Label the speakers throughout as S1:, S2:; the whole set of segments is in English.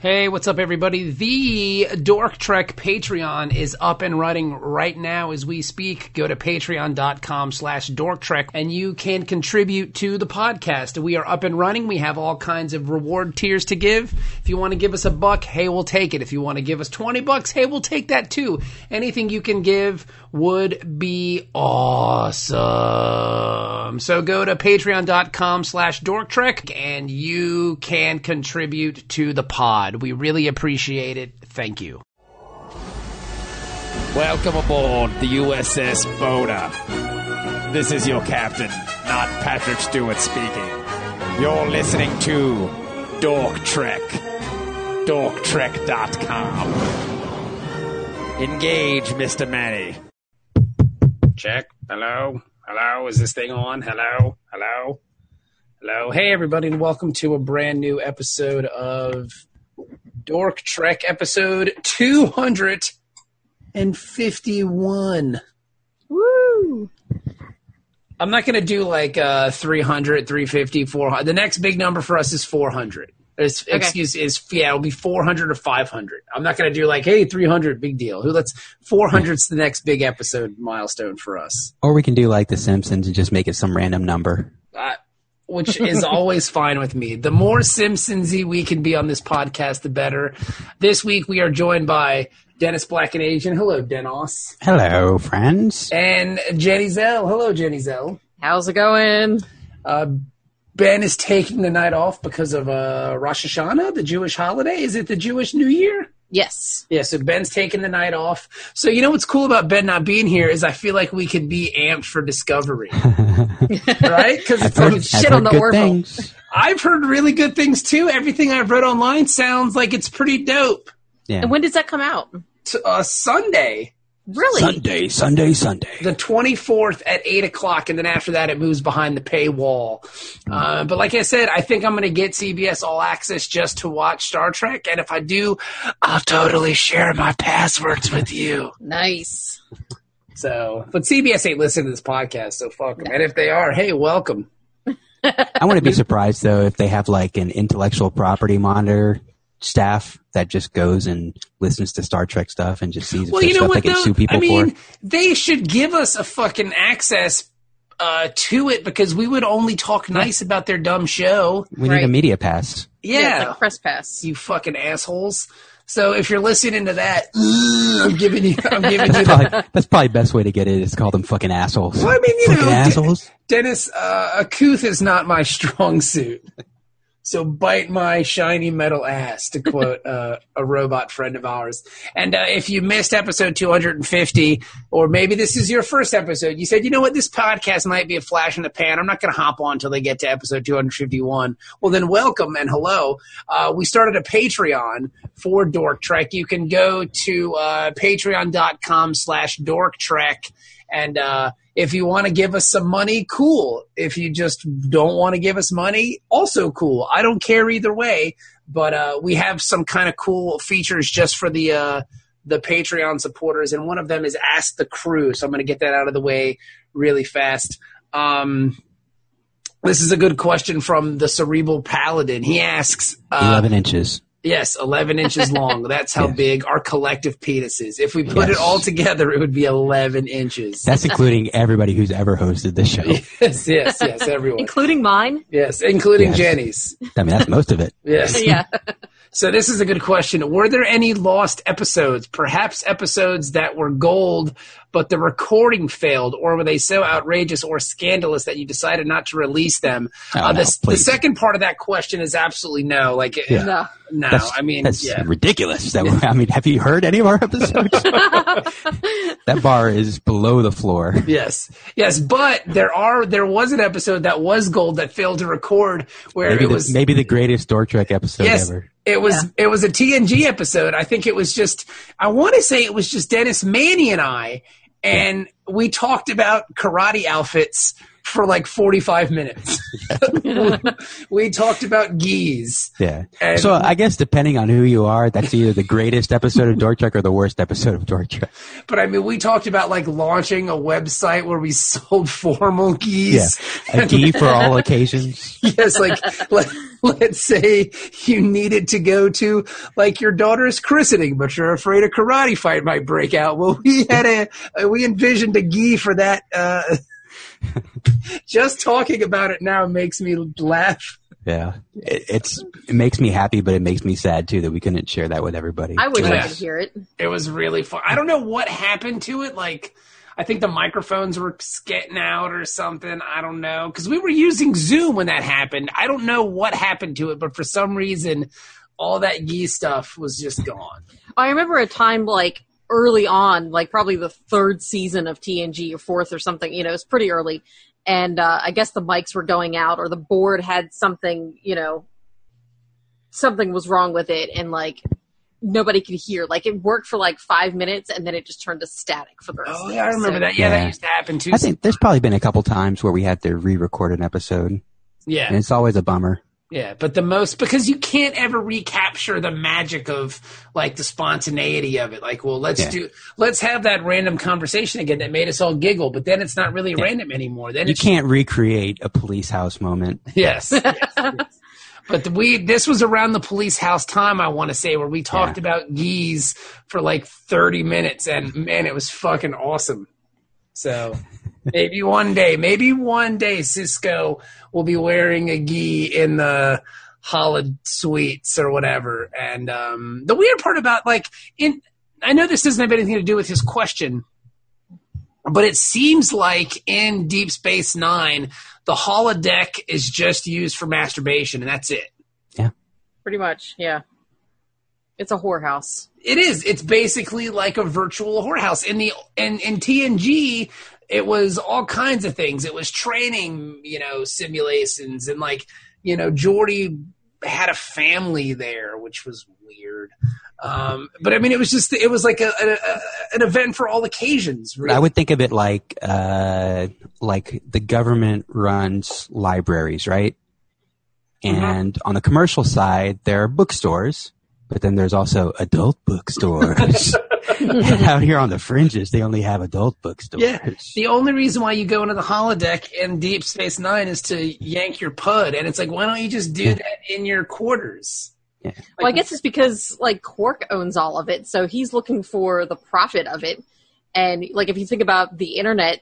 S1: Hey, what's up, everybody? The Dork Trek Patreon is up and running right now as we speak. Go to patreon.com slash dork trek and you can contribute to the podcast. We are up and running. We have all kinds of reward tiers to give. If you want to give us a buck, hey, we'll take it. If you want to give us 20 bucks, hey, we'll take that too. Anything you can give would be awesome. So go to patreon.com slash dork trek and you can contribute to the pod. We really appreciate it. Thank you.
S2: Welcome aboard the USS Boda. This is your captain, not Patrick Stewart speaking. You're listening to Dork Trek. DorkTrek.com. Engage, Mr. Manny.
S1: Check. Hello. Hello. Is this thing on? Hello. Hello. Hello. Hey, everybody, and welcome to a brand new episode of Dork Trek, episode 251.
S3: Woo!
S1: I'm not going to do like uh, 300, 350, 400. The next big number for us is 400. It's, Excuse is yeah, it'll be 400 or 500. I'm not going to do like hey 300, big deal. Who lets 400's the next big episode milestone for us,
S4: Or we can do like The Simpsons and just make it some random number.
S1: uh, which is always fine with me. The more Simpsonsy we can be on this podcast, the better. This week we are joined by Dennis Black and Asian. Hello, Denos.
S4: Hello, friends.
S1: And Jenny Zell. Hello, Jenny Zell.
S3: How's it going?
S1: Uh, ben is taking the night off because of uh, Rosh Hashanah, the Jewish holiday. Is it the Jewish New Year?
S3: Yes.
S1: Yeah, so Ben's taking the night off. So you know what's cool about Ben not being here is I feel like we could be amped for discovery, right? Because it's like,
S4: I've
S3: shit on
S4: heard
S3: the
S4: good
S3: Orville.
S4: things.
S1: I've heard really good things too. Everything I've read online sounds like it's pretty dope.
S4: Yeah.
S3: And when does that come out?
S1: T- uh, Sunday,
S3: Really?
S4: Sunday, Sunday, Sunday.
S1: the 24th at 8 o'clock and then after that it moves behind the paywall uh, but like i said i think i'm going to get cbs all access just to watch star trek and if i do i'll totally share my passwords with you
S3: Nice.
S1: so but cbs ain't listening to this podcast so fuck them and if they are hey welcome
S4: I wouldn't be surprised though if they have like an intellectual property monitor staff that just goes and listens to Star Trek stuff and just sees if
S1: well
S4: there's
S1: you know
S4: stuff
S1: what
S4: they can
S1: though
S4: sue people
S1: i mean
S4: for.
S1: they should give us a fucking access uh, to it because we would only talk nice about their dumb show
S4: We need a
S3: Right.
S4: media pass.
S1: yeah,
S3: it's like press pass.
S1: you fucking assholes. So if you're listening to that, I'm giving you, I'm giving you. The,
S4: Probably, that's probably the best way to get it is call them fucking assholes.
S1: Well, I mean, you
S4: fucking
S1: know,
S4: assholes.
S1: Dennis, uh, a couth is not my strong suit. So bite my shiny metal ass, to quote uh, a robot friend of ours. And uh, if you missed episode 250, or maybe this is your first episode, you said, you know what, this podcast might be a flash in the pan. I'm not going to hop on until they get to episode 251. Well, then welcome and hello. Uh, we started a Patreon for Dork Trek. You can go to uh, patreon.com slash dork trek. And uh, if you want to give us some money, cool. If you just don't want to give us money, also cool. I don't care either way. But uh, we have some kind of cool features just for the uh, the Patreon supporters, and one of them is Ask the Crew. So I'm going to get that out of the way really fast. Um, this is a good question from the Cerebral Paladin. He asks, uh,
S4: Eleven inches.
S1: Yes, 11 inches long. That's how
S4: Yes.
S1: big our collective penis is. If we put it
S4: Yes.
S1: all together, it would be 11 inches.
S4: That's including everybody who's ever hosted this show.
S1: yes, yes, yes, everyone.
S3: Including mine?
S1: Yes, including
S4: Yes.
S1: Jenny's.
S4: I mean, that's most of it.
S1: Yes.
S3: yeah.
S1: So this is a good question. Were there any lost episodes, perhaps episodes that were gold, but the recording failed, or were they so outrageous or scandalous that you decided not to release them?
S4: Oh,
S1: uh,
S4: no,
S1: the, the
S4: please.
S1: second part of that question is absolutely no. Like,
S4: Yeah.
S3: No.
S1: no.
S4: That's,
S1: I mean,
S4: that's
S1: yeah.
S4: ridiculous. That I mean, have you heard any of our episodes? that bar is below the floor.
S1: Yes, yes, but there are there was an episode that was gold that failed to record where
S4: Maybe
S1: it
S4: the,
S1: was
S4: maybe the greatest Dork Trek episode
S1: yes
S4: ever.
S1: it was it was a TNG episode. I think it was just I want to say it was just Dennis Manny and I, and we talked about karate outfits for like 45 minutes. we talked about geese.
S4: Yeah.
S1: And-
S4: so I guess depending on who you are, that's either the greatest episode of Dork Trek or the worst episode of Dork Trek.
S1: But I mean, we talked about like launching a website where we sold formal
S4: Yeah.
S1: geese.
S4: A key for all occasions.
S1: yes, like let, let's say you needed to go to like your daughter's christening, but you're afraid a karate fight might break out. Well, we had a uh, we envisioned a gi for that. Uh, just talking about it now makes me laugh.
S4: Yeah. It, it's, it makes me happy, but it makes me sad too that we couldn't share that with everybody.
S3: I wish I
S1: Yeah.
S3: could hear it.
S1: It was really fun. I don't know what happened to it. Like, I think the microphones were getting out or something. I don't know. Because we were using Zoom when that happened. I don't know what happened to it, but for some reason, all that Yi stuff was just gone.
S3: I remember a time like early on, like probably the third season of TNG or fourth or something. You know, it's pretty early, and uh, I guess the mics were going out or the board had something. You know, something was wrong with it, and like nobody could hear. Like it worked for like five minutes, and then it just turned to static for the rest.
S1: Oh,
S3: of the
S1: yeah, I remember
S3: episode.
S1: that. Yeah, that
S4: Yeah.
S1: used to happen too.
S4: I think there's probably been a couple times where we had to re-record an episode, and
S1: yeah,
S4: it's always a bummer.
S1: yeah. But the most, because you can't ever recapture the magic of like the spontaneity of it. Like, well, let's
S4: Yeah.
S1: do, let's have that random conversation again that made us all giggle, but then it's not really random anymore. Then
S4: You
S1: it's
S4: can't recreate a police house moment.
S1: Yes. yes, yes. But the, we this was around the police house time I want to say where we talked about geese for like 30 minutes and man it was fucking awesome. So maybe one day, maybe one day Cisco will be wearing a gi in the Hollid suites or whatever. And um, the weird part about like in I know this doesn't have anything to do with his question, but it seems like in Deep Space Nine, the holodeck is just used for masturbation, and that's it.
S3: Pretty much, yeah. It's a whorehouse.
S1: It is. It's basically like a virtual whorehouse. In the in in TNG, it was all kinds of things. It was training, you know, simulations, and like you know, Jordy had a family there, which was weird. Um, but I mean, it was just it was like a, a, a an event for all occasions. Really.
S4: I would think of it like uh, like the government runs libraries, right? And on the commercial side, there are bookstores, but then there's also adult bookstores. And out here on the fringes, they only have adult bookstores.
S1: Yeah. The only reason why you go into the holodeck in Deep Space Nine is to yank your pud, and it's like, why don't you just do that in your quarters?
S4: Yeah.
S3: Well, I guess it's because like Quark owns all of it, so he's looking for the profit of it. And like if you think about the internet,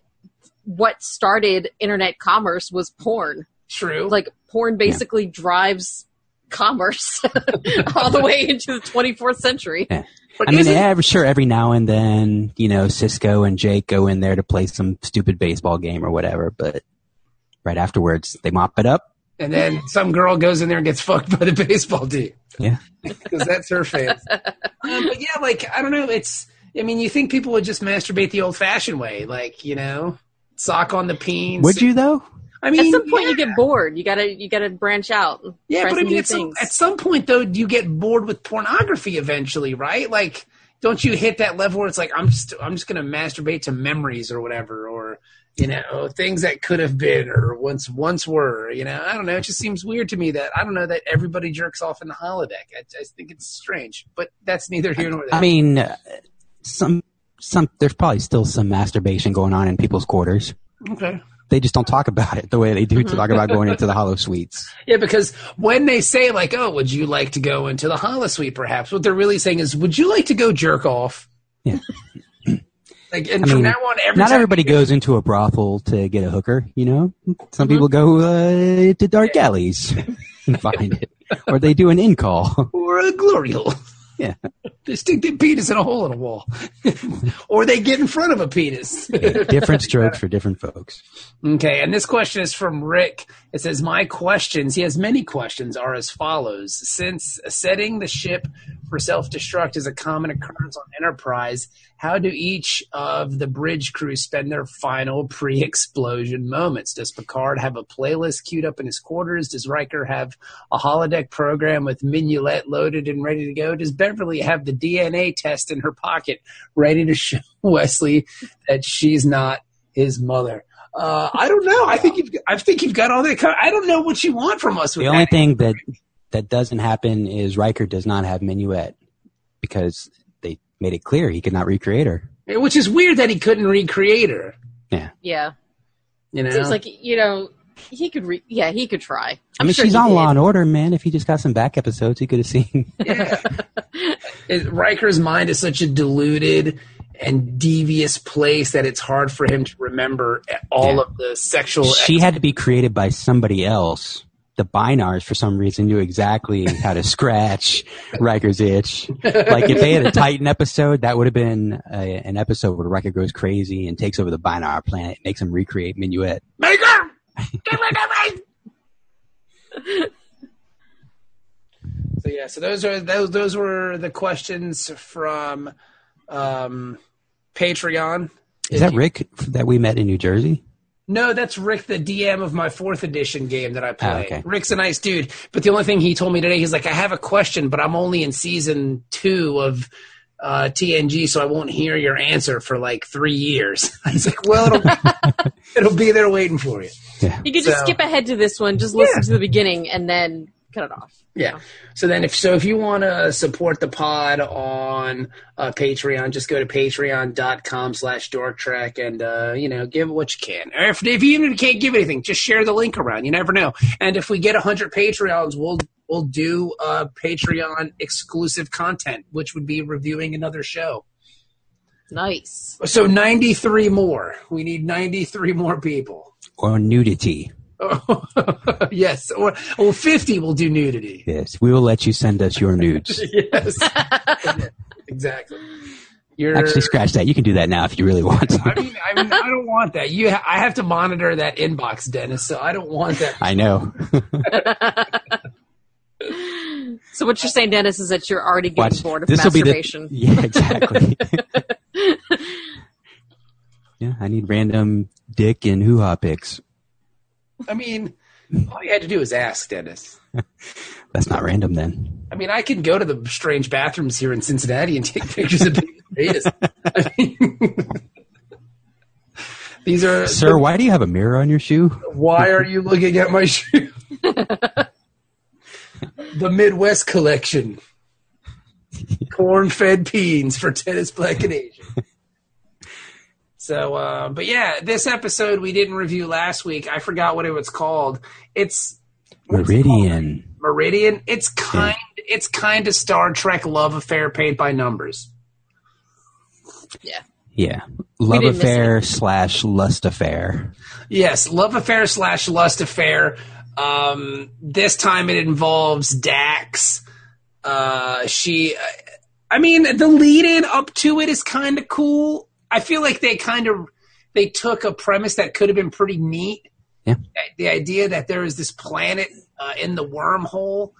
S3: what started internet commerce was porn.
S1: True.
S3: Like porn basically drives commerce all the way into the 24th century.
S4: Yeah.
S1: but
S4: I mean,
S1: isn't-
S4: yeah, sure, every now and then, you know, Cisco and Jake go in there to play some stupid baseball game or whatever, but right afterwards, they mop it up.
S1: and then some girl goes in there and gets fucked by the baseball team.
S4: Yeah.
S1: because that's her fans. um, but yeah, like I don't know. It's I mean, you think people would just masturbate the old-fashioned way, like you know, sock on the peens.
S4: Would you, though?
S1: I
S3: At
S1: mean,
S3: some point
S1: yeah.
S3: you get bored. You gotta you gotta branch out. and
S1: Yeah,
S3: try
S1: but I
S3: some
S1: mean,
S3: new
S1: at some,
S3: things.
S1: at some point though, you get bored with pornography eventually, right? Like, don't you hit that level where it's like, I'm just, I'm just gonna masturbate to memories or whatever, or you know, things that could have been or once, once were. You know, I don't know. It just seems weird to me that I don't know that everybody jerks off in the holodeck. I, I think it's strange, but that's neither here nor there.
S4: I mean, uh, some, some, there's probably still some masturbation going on in people's quarters.
S1: okay.
S4: They just don't talk about it the way they do to talk about going into the hollow suites.
S1: Yeah, because when they say like, "Oh, would you like to go into the holosuite?" Perhaps what they're really saying is, "Would you like to go jerk off?"
S4: Yeah.
S1: Like, and
S4: I
S1: from
S4: mean,
S1: now on, every
S4: Not
S1: time-
S4: everybody goes into a brothel to get a hooker, you know? Some people go uh, to dark alleys and find it, or they do an in call.
S1: or a glory hole.
S4: Yeah.
S1: They stick their penis in a hole in a wall. or they get in front of a penis.
S4: different strokes for different folks.
S1: okay, and this question is from Rick. It says, My questions, he has many questions, are as follows. Since setting the ship for self destruct is a common occurrence on Enterprise, how do each of the bridge crew spend their final pre explosion moments? Does Picard have a playlist queued up in his quarters? Does Riker have a holodeck program with Minulet loaded and ready to go? Does Beverly have the DNA test in her pocket ready to show Wesley that she's not his mother? Uh, I don't know. I think you've I think you've got all that. Covered. I don't know what you want from us. With
S4: The only
S1: that.
S4: thing that that doesn't happen is Riker does not have Minuet because they made it clear he could not recreate her.
S1: which is weird that he couldn't recreate her.
S3: Yeah,
S1: You know,
S3: seems like you know he could. Re- yeah, he could try.
S4: I mean,
S3: sure
S4: she's
S3: he
S4: on
S3: did.
S4: Law and Order, man. If he just got some back episodes, he could have seen.
S1: yeah. It- Riker's mind is such a deluded and devious place that it's hard for him to remember all
S4: Yeah.
S1: of the sexual.
S4: she had to be created by somebody else. The Binars, for some reason, knew exactly how to scratch Riker's itch. Like if they had a Titan episode, that would have been a, an episode where Riker goes crazy and takes over the Binar planet, makes him recreate Minuet.
S1: Make her! Give her the ring! So yeah, so those are those those were the questions from um, Patreon.
S4: Is that Rick that we met in New Jersey?
S1: No, that's Rick, the DM of my fourth edition game that I play.
S4: Ah, okay.
S1: Rick's a nice dude, but the only thing he told me today, he's like, I have a question, but I'm only in season two of uh, TNG, so I won't hear your answer for like three years. I was like, well, it'll, it'll be there waiting for you.
S4: Yeah.
S3: You could just
S1: So-
S3: skip ahead to this one, just listen to the beginning, and then cut it off.
S1: Yeah. So then, if so, if you want to support the pod on uh, Patreon, just go to patreon.com/slash Dork Trek and uh, you know give what you can. Or if, if you even can't give anything, just share the link around. You never know. And if we get hundred Patreons, we'll we'll do uh, Patreon exclusive content, which would be reviewing another show.
S3: Nice.
S1: So ninety three more. We need ninety three more people.
S4: Or nudity.
S1: yes, or well, fifty will do nudity.
S4: Yes. We will let you send us your nudes.
S1: Yes. exactly. You're,
S4: Actually, scratch that. You can do that now if you really want to.
S1: I mean, I mean, I don't want that. You, ha- I have to monitor that inbox, Dennis. So I don't want that.
S4: I know.
S3: So what you're saying, Dennis, is that you're already getting
S4: Watch.
S3: bored of
S4: This will be
S3: masturbation.
S4: the. Yeah, exactly. yeah, I need random dick and hoo ha pics.
S1: I mean, all you had to do is ask, Dennis.
S4: That's not random then.
S1: I mean, I can go to the strange bathrooms here in Cincinnati and take pictures of the greatest. I mean, these are
S4: Sir, why do you have a mirror on your shoe?
S1: Why are you looking at my shoe? the Midwest collection. Corn fed peens for tennis black and Asian. So, uh, but yeah, this episode we didn't review last week. I forgot what it was called. It's what's it called?
S4: Meridian.
S1: Meridian. It's kind. It's kind of Star Trek love affair paid by numbers.
S3: yeah.
S4: Yeah. Love
S3: didn't miss
S4: affair slash lust affair.
S1: Yes, love affair slash lust affair. Um, this time it involves Dax. Uh, she, I mean, the lead in up to it is kind of cool. I feel like they kind of they took a premise that could have been pretty neat.
S4: Yeah.
S1: The idea that there is this planet uh, in the wormhole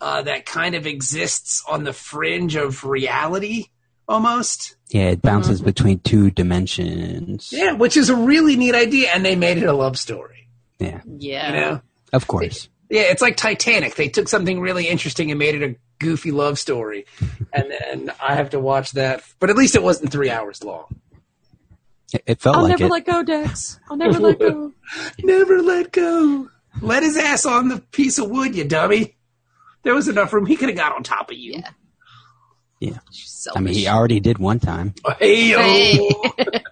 S1: uh, that kind of exists on the fringe of reality, almost.
S4: Yeah, it bounces between two dimensions.
S1: Yeah, which is a really neat idea, and they made it a love story.
S4: Yeah,
S1: You
S3: Yeah.
S1: know.
S4: of course.
S1: Yeah, it's like Titanic. They took something really interesting and made it a goofy love story, and then I have to watch that. But at least it wasn't three hours long.
S4: It, it felt
S3: I'll
S4: like
S3: never
S4: it.
S3: let go, Dex. I'll never let go.
S1: Never let go. Let his ass on the piece of wood, you dummy. There was enough room. He could have got on top of you.
S3: Yeah.
S4: yeah.
S3: She's
S4: I mean,
S3: selfish.
S4: he already did one time.
S1: Hey-o.
S3: Hey.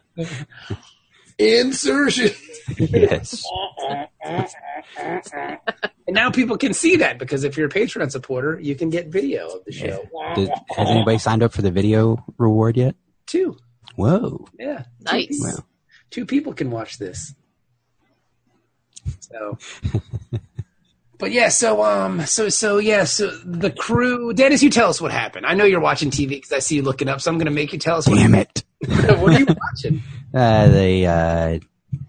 S1: Insertion.
S4: yes.
S1: And now people can see that because if you're a Patreon supporter, you can get video of the show
S4: Did, has anybody signed up for the video reward yet?
S1: too.
S4: Whoa.
S1: Yeah.
S3: nice.
S4: Wow.
S1: two people can watch this. So, but yeah, so um, so so yeah, so the crew. Dennis, you tell us what happened. I know you're watching TV because I see you looking up, so I'm gonna make you tell us what.
S4: Damn it.
S1: what are you watching?
S4: Uh, the uh,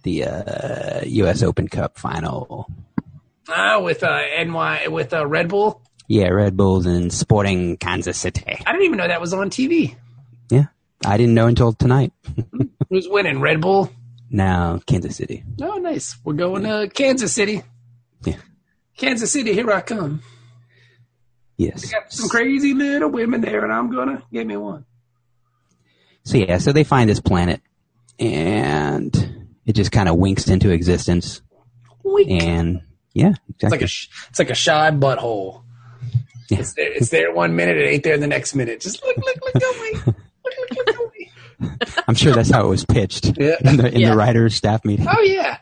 S4: the uh, U.S. Open Cup final.
S1: Ah, with uh, NY with uh, Red Bull.
S4: Yeah, Red Bulls and Sporting Kansas City.
S1: I didn't even know that was on TV.
S4: Yeah, I didn't know until tonight.
S1: Who's winning? Red Bull.
S4: now Kansas City.
S1: Oh, nice. We're going to Kansas City.
S4: Yeah.
S1: Kansas City, here I come.
S4: Yes.
S1: Got some crazy little women there, and I'm gonna get me one.
S4: So yeah, so they find this planet, and It just kind of winks into existence.
S3: Weak.
S4: And yeah,
S1: It's like
S4: exactly.
S1: a sh- it's like a shy butthole.
S4: Yeah.
S1: It's, there, it's there one minute, it ain't there the next minute. Just look, look, look away. Look, look, look away.
S4: I'm sure that's how it was pitched
S1: Yeah.
S4: in the, in
S3: Yeah.
S4: the writer's staff meeting.
S1: Oh yeah.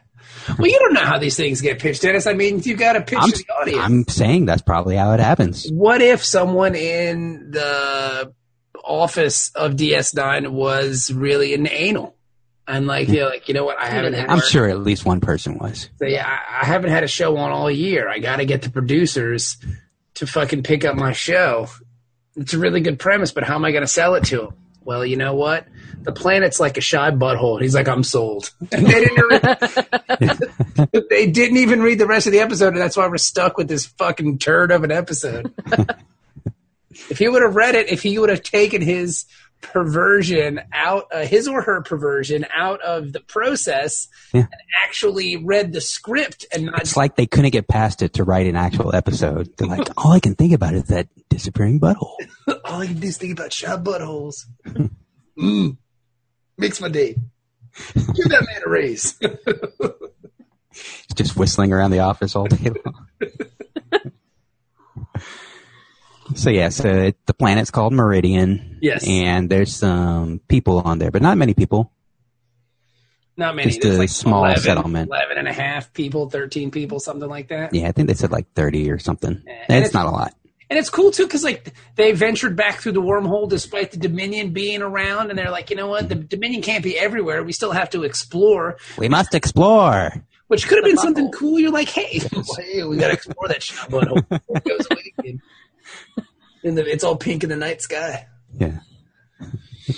S1: Well, you don't know how these things get pitched, Dennis. I mean, you got to pitch
S4: I'm,
S1: to the audience.
S4: I'm saying that's probably how it happens.
S1: what if someone in the office of DS9 was really an anal? And like you're like, you know what? I haven't. Had
S4: Hmm. I'm
S1: work-
S4: sure at least one person was.
S1: Say, I, I haven't had a show on all year. I got to get the producers to fucking pick up my show. It's a really good premise, but how am I going to sell it to them? Well, you know what? The planet's like a shy butthole. He's like, I'm sold. And they didn't. Re- they didn't even read the rest of the episode, and that's why we're stuck with this fucking turd of an episode. if he would have read it, if he would have taken his perversion out, uh, his or her perversion out of the process,
S4: Yeah.
S1: and actually read the script and not
S4: It's like they couldn't get past it to write an actual episode. They're like, all I can think about is that disappearing butthole.
S1: All I can do is think about shot buttholes. mm. Makes my day. Give that man a raise.
S4: It's just whistling around the office all day long. so yeah, so it, the planet's called Meridian.
S1: Yes.
S4: and there's some people on there, but not many people.
S1: Not many.
S4: Just
S1: There's
S4: a small settlement.
S1: 11 and a half people, 13 people, something like that.
S4: Yeah, I think they said like thirty or something.
S1: Yeah,
S4: And
S1: and
S4: it's
S1: it's-
S4: not a lot.
S1: And it's cool, too, because like they ventured back through the wormhole despite the Dominion being around. And they're like, you know what? The Dominion can't be everywhere. We still have to explore,
S4: We must explore.
S1: which could have
S3: The
S1: been something
S3: butthole.
S1: cool. You're like, hey, hey, we got to explore that shot butthole. It goes away again. And the, it's all pink in the night sky.
S4: Yeah.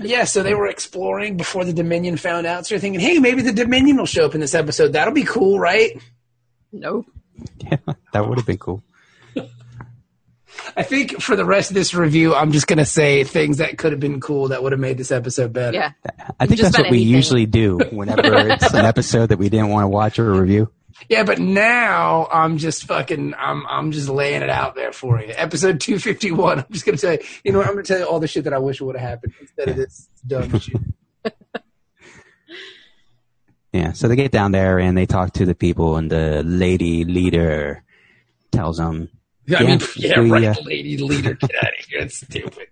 S1: Yeah, so they were exploring before the Dominion found out. So you're thinking, hey, maybe the Dominion will show up in this episode. That'll be cool, right?
S3: Nope.
S4: yeah, that would have been cool.
S1: I think for the rest of this review, I'm just going to say things that could have been cool that would have made this episode better.
S3: Yeah.
S4: I think
S3: Just
S4: that's what
S3: about
S4: we
S3: anything.
S4: usually do whenever it's an episode that we didn't want to watch or review.
S1: Yeah, but now I'm just fucking, I'm, I'm just laying it out there for you. Episode 251, I'm just going to tell you, you know what? I'm going to tell you all the shit that I wish would have happened instead of this dumb shit.
S4: Yeah, so they get down there and they talk to the people, and the lady leader tells them,
S1: I mean, yeah,
S4: Yeah, we,
S1: right,
S4: uh,
S1: lady leader, get out of here. It's stupid.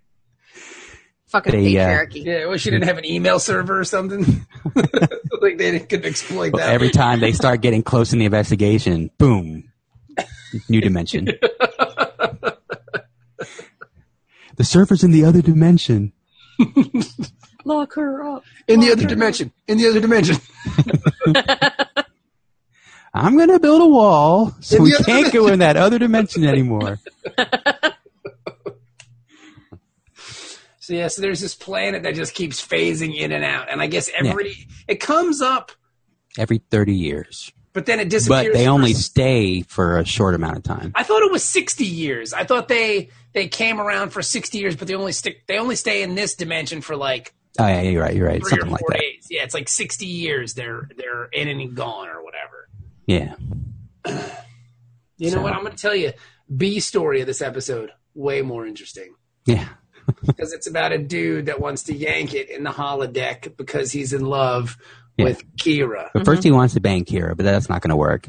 S3: Fucking
S4: They, uh,
S3: patriarchy.
S1: Yeah, well, she didn't have an email server or something. like they didn't, couldn't exploit
S4: Well,
S1: that.
S4: every time they start getting close in the investigation, boom, new dimension. the surfer's in the other dimension.
S3: Lock her up.
S1: In the other dimension. In the other dimension.
S4: I'm gonna build a wall so
S1: In
S4: we
S1: the other
S4: can't go in that other dimension anymore.
S1: So yeah, so there's this planet that just keeps phasing in and out, and I guess every it comes up,
S4: Every 30 years,
S1: but then it disappears.
S4: but they only
S1: for-
S4: stay for a short amount of time.
S1: I thought it was sixty years. I thought they they came around for sixty years, but they only stick. They only stay in this dimension for like
S4: Oh yeah, you're right. You're right.
S1: three
S4: Something
S1: or
S4: like
S1: four
S4: that.
S1: days. Yeah, it's like sixty years. They're they're in and gone or whatever.
S4: Yeah.
S1: You know
S4: So-
S1: what? I'm gonna tell you. B story of this episode way more interesting.
S4: Yeah.
S1: because it's about a dude that wants to yank it in the holodeck because he's in love
S4: Yeah.
S1: with Kira.
S3: Mm-hmm.
S4: But first he wants to bang Kira, but that's not going to work.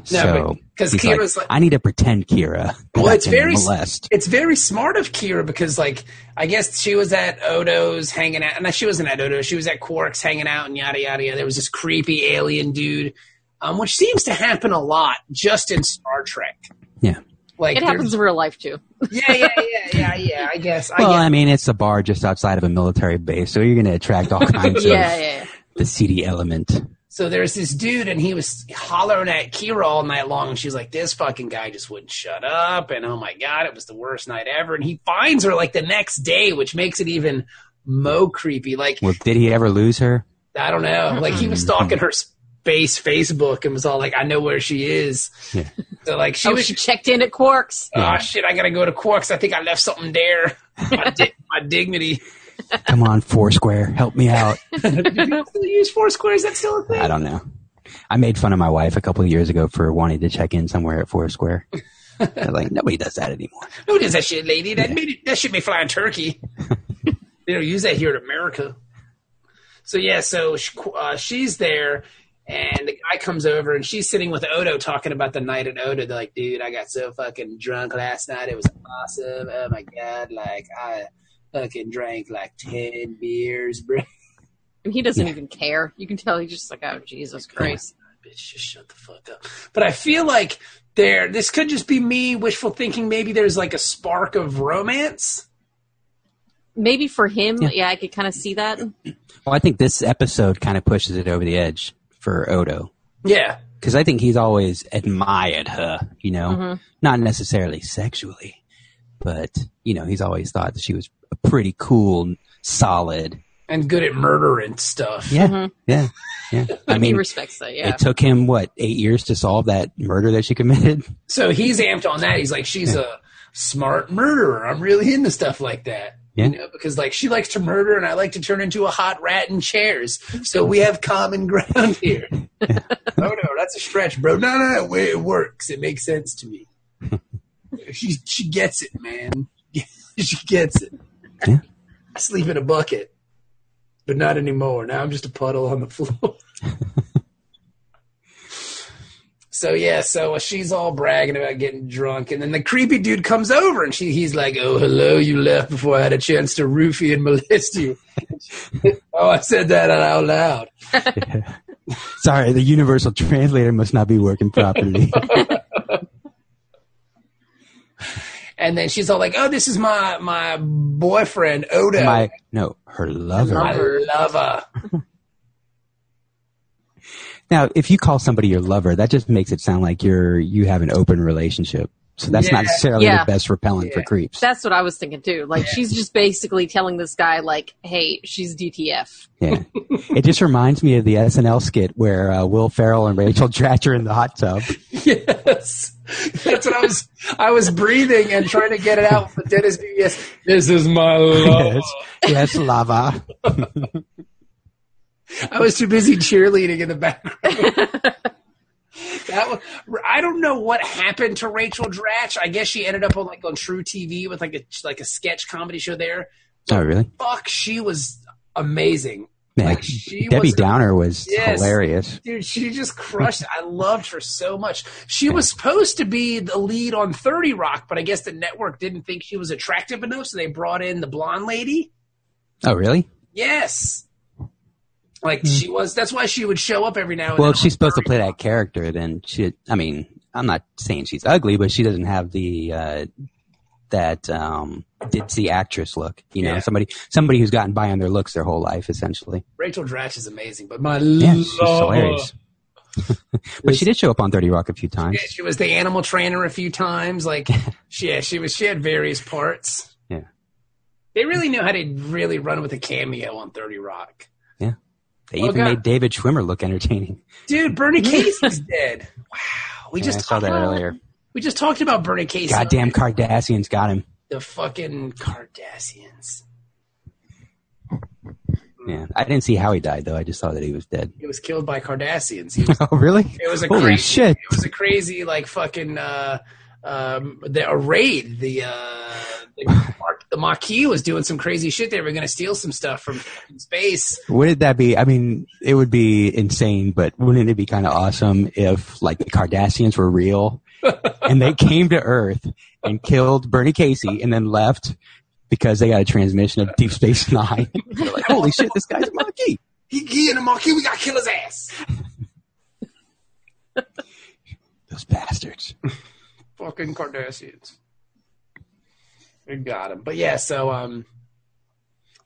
S1: but-
S4: so
S1: 'cause
S4: he's like,
S1: Kira's like-
S4: I need to pretend Kira. that
S1: Well,
S4: I
S1: it's
S4: can
S1: very
S4: molest.
S1: it's very smart of Kira because, like, I guess she was at Odo's hanging out, and she wasn't at Odo's. She was at Quark's hanging out, and yada yada yada. There was this creepy alien dude, um, which seems to happen a lot just in Star Trek.
S4: Yeah.
S1: Like,
S3: It happens in real life too.
S1: there's- Yeah, yeah, yeah, yeah, yeah. I guess. I
S4: Well,
S1: guess.
S4: I mean, it's a bar just outside of a military base, so you're going to attract all kinds
S3: Yeah,
S4: of
S3: yeah,
S4: the seedy element.
S1: So there's this dude, and he was hollering at Kira all night long. And she's like, "This fucking guy just wouldn't shut up." And oh my god, it was the worst night ever. And he finds her like the next day, which makes it even mo creepy. Like
S4: Well, did he ever lose her?
S1: I don't know, like he was stalking her space Facebook and was all like, "I know where she is."
S4: Yeah.
S1: So like she
S3: oh,
S1: was.
S3: she checked in at Quarks.
S1: Oh shit! I gotta go to Quarks. I think I left something there. My, di- my dignity.
S4: Come on, Foursquare, help me out.
S1: Do people still use Foursquare? Is that still a thing?
S4: I don't know. I made fun of my wife a couple of years ago for wanting to check in somewhere at Foursquare. I'm like nobody does that anymore.
S1: Who does that shit, lady? That made it, that should be flying turkey. they don't use that here in America. So yeah, so she, uh, she's there, And the guy comes over and she's sitting with Odo talking about the night at Odo. They're like, dude, I got so fucking drunk last night. It was awesome. Oh my God. Like, I fucking drank like 10 beers, bro.
S3: And he doesn't
S4: Yeah.
S3: even care. You can tell he's just like, oh, Jesus Christ.
S1: Bitch, just shut the fuck up. But I feel like there, this could just be me wishful thinking. Maybe there's like a spark of romance.
S3: Maybe for him,
S4: Yeah.
S3: yeah, I could kind of see that.
S4: Well, I think this episode kind of pushes it over the edge for Odo
S1: Yeah.
S4: because I think he's always admired her, you know,
S3: Mhm.
S4: not necessarily sexually, but you know, he's always thought that she was a pretty cool, solid.
S1: And good at murder and stuff.
S4: Yeah,
S3: Mhm.
S4: yeah, yeah. I
S3: he
S4: mean,
S3: respects that, yeah.
S4: it took him what eight years to solve that murder that she committed.
S1: So he's amped on that. He's like, she's a smart murderer. I'm really into stuff like that.
S4: Yeah.
S1: You know, because like she likes to murder and I like to turn into a hot rat in chairs. So we have common ground here. oh no, that's a stretch, bro. No, no, no, it works. It makes sense to me. she she gets it, man. she gets it.
S4: Yeah.
S1: I sleep in a bucket. But not anymore. Now I'm just a puddle on the floor. So yeah, so uh, she's all bragging about getting drunk, and then the creepy dude comes over, and she he's like, "Oh, hello, you left before I had a chance to roofie and molest you." oh, I said that out loud.
S4: Sorry, the universal translator must not be working properly.
S1: And then she's all like, "Oh, this is my my boyfriend Odo,
S4: My no, her
S1: my
S4: lover.
S1: lover."
S4: Now, if you call somebody your lover, that just makes it sound like you're you have an open relationship. So that's not
S1: Yeah.
S4: necessarily
S3: Yeah.
S4: the best repellent for
S1: Yeah.
S4: creeps.
S3: That's what I was thinking too. Like she's just basically telling this guy, like, "Hey, she's DTF."
S4: yeah, it just reminds me of the SNL skit where uh, Will Ferrell and Rachel Dratch are in the hot tub.
S1: Yes, that's what I was. I was breathing and trying to get it out, but Dennis BBS. This is my lover.
S4: yes, yes, lava.
S1: I was too busy cheerleading in the background. that was, I don't know what happened to Rachel Dratch. I guess she ended up on like on True TV with like a like a sketch comedy show there.
S4: Oh, really?
S1: Fuck, she was amazing.
S4: Man,
S1: Like, she
S4: Debbie
S1: was-
S4: Downer was
S1: Yes.
S4: hilarious.
S1: Dude, she just crushed. it. I loved her so much. She was supposed to be the lead on 30 Rock, but I guess the network didn't think she was attractive enough, so they brought in the blonde lady.
S4: Oh, really?
S1: Yes. Like she was that's why she would show up every now and
S4: Hmm. Well,
S1: then
S4: if
S1: on
S4: she's supposed to
S1: 30
S4: play that character, then she. I mean, I'm not saying she's ugly, but she doesn't have the uh, that um, ditzy actress look. You know,
S1: Yeah.
S4: somebody somebody who's gotten by on their looks their whole life, essentially.
S1: Rachel Dratch is amazing, but my
S4: Yeah, she's
S1: lord.
S4: hilarious. but she did show up on Thirty Rock a few times.
S1: Yeah, she was the animal trainer a few times. Like, she, yeah, she was. She had various parts.
S4: Yeah.
S1: They really knew how to really run with a cameo on Thirty Rock,
S4: They
S1: Oh,
S4: even
S1: God.
S4: made David Schwimmer look entertaining.
S1: dude. Bernie Casey's dead. Wow, we
S4: Yeah,
S1: just
S4: I saw that
S1: talked-
S4: earlier.
S1: We just talked about Bernie Casey.
S4: Goddamn Kardashians got him.
S1: the fucking Kardashians.
S4: Yeah, I didn't see how he died though. I just saw that he was dead.
S1: He was killed by Kardashians. He was,
S4: Oh, really?
S1: it was a
S4: Holy
S1: crazy,
S4: shit!
S1: It was a crazy like fucking uh, um, the a raid. The uh, the, the Maquis was doing some crazy shit. They were going to steal some stuff from fucking space.
S4: Wouldn't that be? I mean, it would be insane, but wouldn't it be kind of awesome if, like, the Kardashians were real and they came to Earth and killed Bernie Casey and then left because they got a transmission of Deep Space Nine? They're like, holy shit, this guy's a monkey.
S1: He, he and the Maquis, we got to kill his ass.
S4: Those bastards.
S1: Fucking Kardashians. We got him. But yeah, so um,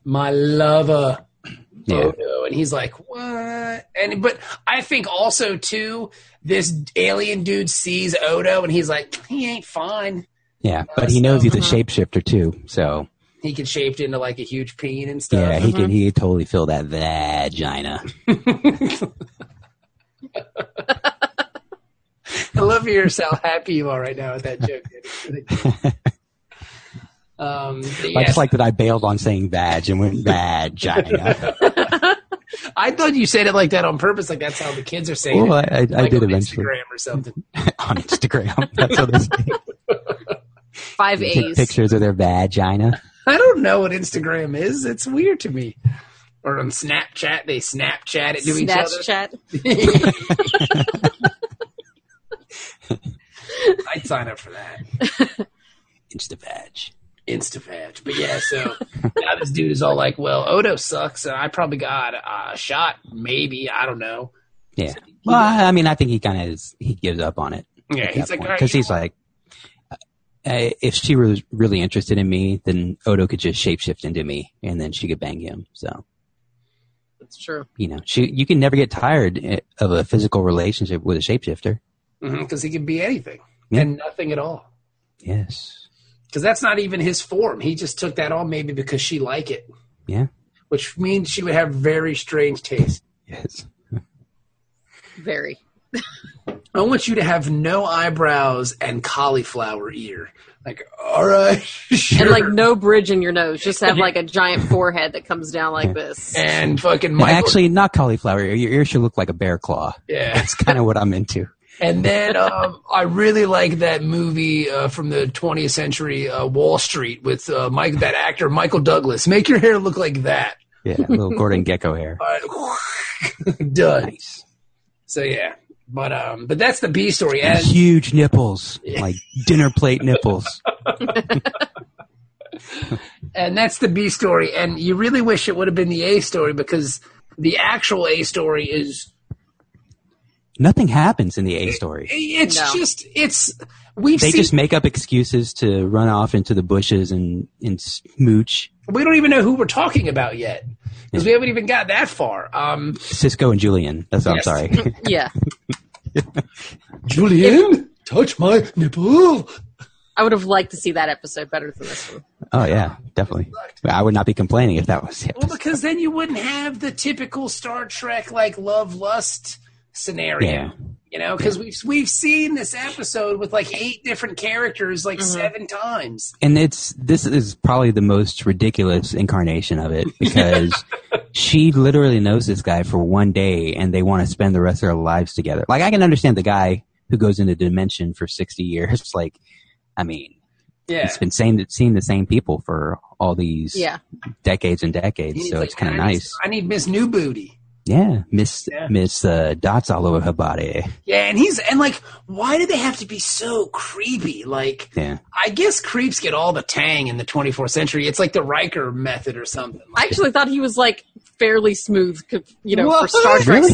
S1: my lover.
S4: Yeah.
S1: Odo, and he's like, "What?" And but I think also too, this alien dude sees Odo, and he's like, "He ain't fine."
S4: Yeah. But he knows he's a
S1: Uh-huh.
S4: shapeshifter too. So,
S1: He can shaped into like a huge peen and stuff.
S4: yeah, he can, he could totally fill that vagina.
S1: I love your how happy you are right now with that joke. dude. um, but
S4: I
S1: yes,
S4: just like that I bailed on saying vag and went vagina.
S1: I thought you said it like that on purpose. Like that's how the kids are saying
S4: well, I,
S1: it.
S4: I, I
S1: like
S4: did
S1: on
S4: eventually
S1: Instagram or something.
S4: on Instagram. That's what they say.
S3: Five
S4: Take
S3: A's.
S4: pictures of their vagina.
S1: I don't know what Instagram is. It's weird to me. Or on Snapchat, they Snapchat it to each other.
S3: Snapchat.
S1: I'd sign up for that.
S4: Insta badge.
S1: Insta badge. But yeah, so now this dude is all like, well, Odo sucks, and I probably got a shot, maybe. I don't know.
S4: Yeah. Well, I, I mean, I think he kind of is. He gives up on it.
S1: Yeah, he's like, all right,
S4: because he's like, uh, if she was really interested in me, then Odo could just shapeshift into me, and then she could bang him. So
S3: That's true.
S4: you know, she you can never get tired eh, of a physical relationship with a shapeshifter.
S1: because he can be anything
S4: Yeah.
S1: and nothing at all.
S4: Yes.
S1: Because that's not even his form. He just took that on maybe because she like it,
S4: Yeah.
S1: which means she would have very strange taste.
S4: Yes.
S3: Very.
S1: I want you to have no eyebrows and cauliflower ear. Like, all right, sure.
S3: And like no bridge in your nose. Just have like a giant forehead that comes down like this.
S1: And fucking
S4: Well,
S1: Michael.
S4: Actually, not cauliflower. ear. Your ear should look like a bear claw.
S1: yeah.
S4: That's kind of what I'm into.
S1: And then um, I really like that movie uh, from the 20th century, uh, Wall Street, with uh, Mike, that actor Michael Douglas. Make your hair look like that.
S4: Yeah, little Gordon Gecko hair.
S1: All right. Done.
S4: Nice.
S1: So yeah, but um, but that's the B story.
S4: And
S1: And
S4: huge nipples, like dinner plate nipples.
S1: and that's the B story. And you really wish it would have been the A story because the actual A story is
S4: Nothing happens in the A story.
S1: it's
S3: No.
S1: just it's we've
S4: They
S1: seen
S4: just make up excuses to run off into the bushes and, and smooch.
S1: we don't even know who we're talking about yet because we haven't even got that far. Um,
S4: Cisco and Julian. That's
S1: Yes.
S4: I'm sorry.
S3: Yeah.
S1: Julian, touch my nipple.
S3: I would have liked to see that episode better than this one.
S4: oh yeah, definitely. I would not be complaining if that was it.
S1: Well, because then you wouldn't have the typical Star Trek like love lust scenario.
S4: Yeah.
S1: You know, because we've we've seen this episode with like eight different characters
S3: Mm-hmm.
S1: like seven times.
S4: and it's this is probably the most ridiculous incarnation of it because she literally knows this guy for one day and they want to spend the rest of their lives together. Like I can understand the guy who goes into dimension for 60 years like I mean,
S1: Yeah.
S4: it's been same, seeing the same people for all these
S3: Yeah.
S4: decades and decades,
S1: He's
S4: so
S1: like,
S4: it's kind of
S1: "I need-
S4: nice.
S1: I need Miss New Booty.
S4: Yeah, miss
S1: Yeah.
S4: miss uh, dots all over her body.
S1: Yeah, and he's and like, why do they have to be so creepy? Like,
S4: Yeah.
S1: I guess creeps get all the tang in the 24th century. It's like the Riker method or something.
S3: I actually thought he was like fairly smooth, you know, for
S1: What?
S3: Star Trek
S4: Really?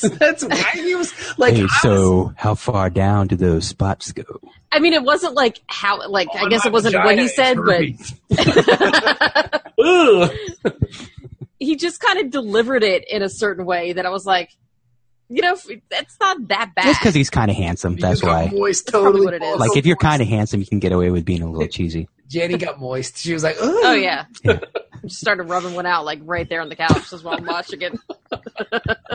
S1: That's why he was like,
S4: Hey,
S1: I was-
S4: so how far down do those spots go?
S3: I mean, it wasn't like how, like, I
S1: on
S3: guess
S1: my
S3: it wasn't
S1: vagina
S3: what he
S1: is
S3: said, but
S1: herpes. Ugh.
S3: he just kind of delivered it in a certain way that I was like, you know, f- that's not that bad.
S4: Just because he's kind of handsome, that's
S1: You got
S4: why.
S1: Moist,
S3: probably
S1: totally.
S3: what it is.
S1: false.
S4: Like if you're kind of handsome, you can get away with being a little cheesy.
S1: Jenny got moist. She was like,
S3: oh
S1: "Ugh."
S3: yeah.
S4: Yeah.
S3: Just started rubbing one out like right there on the couch as while I'm watching it.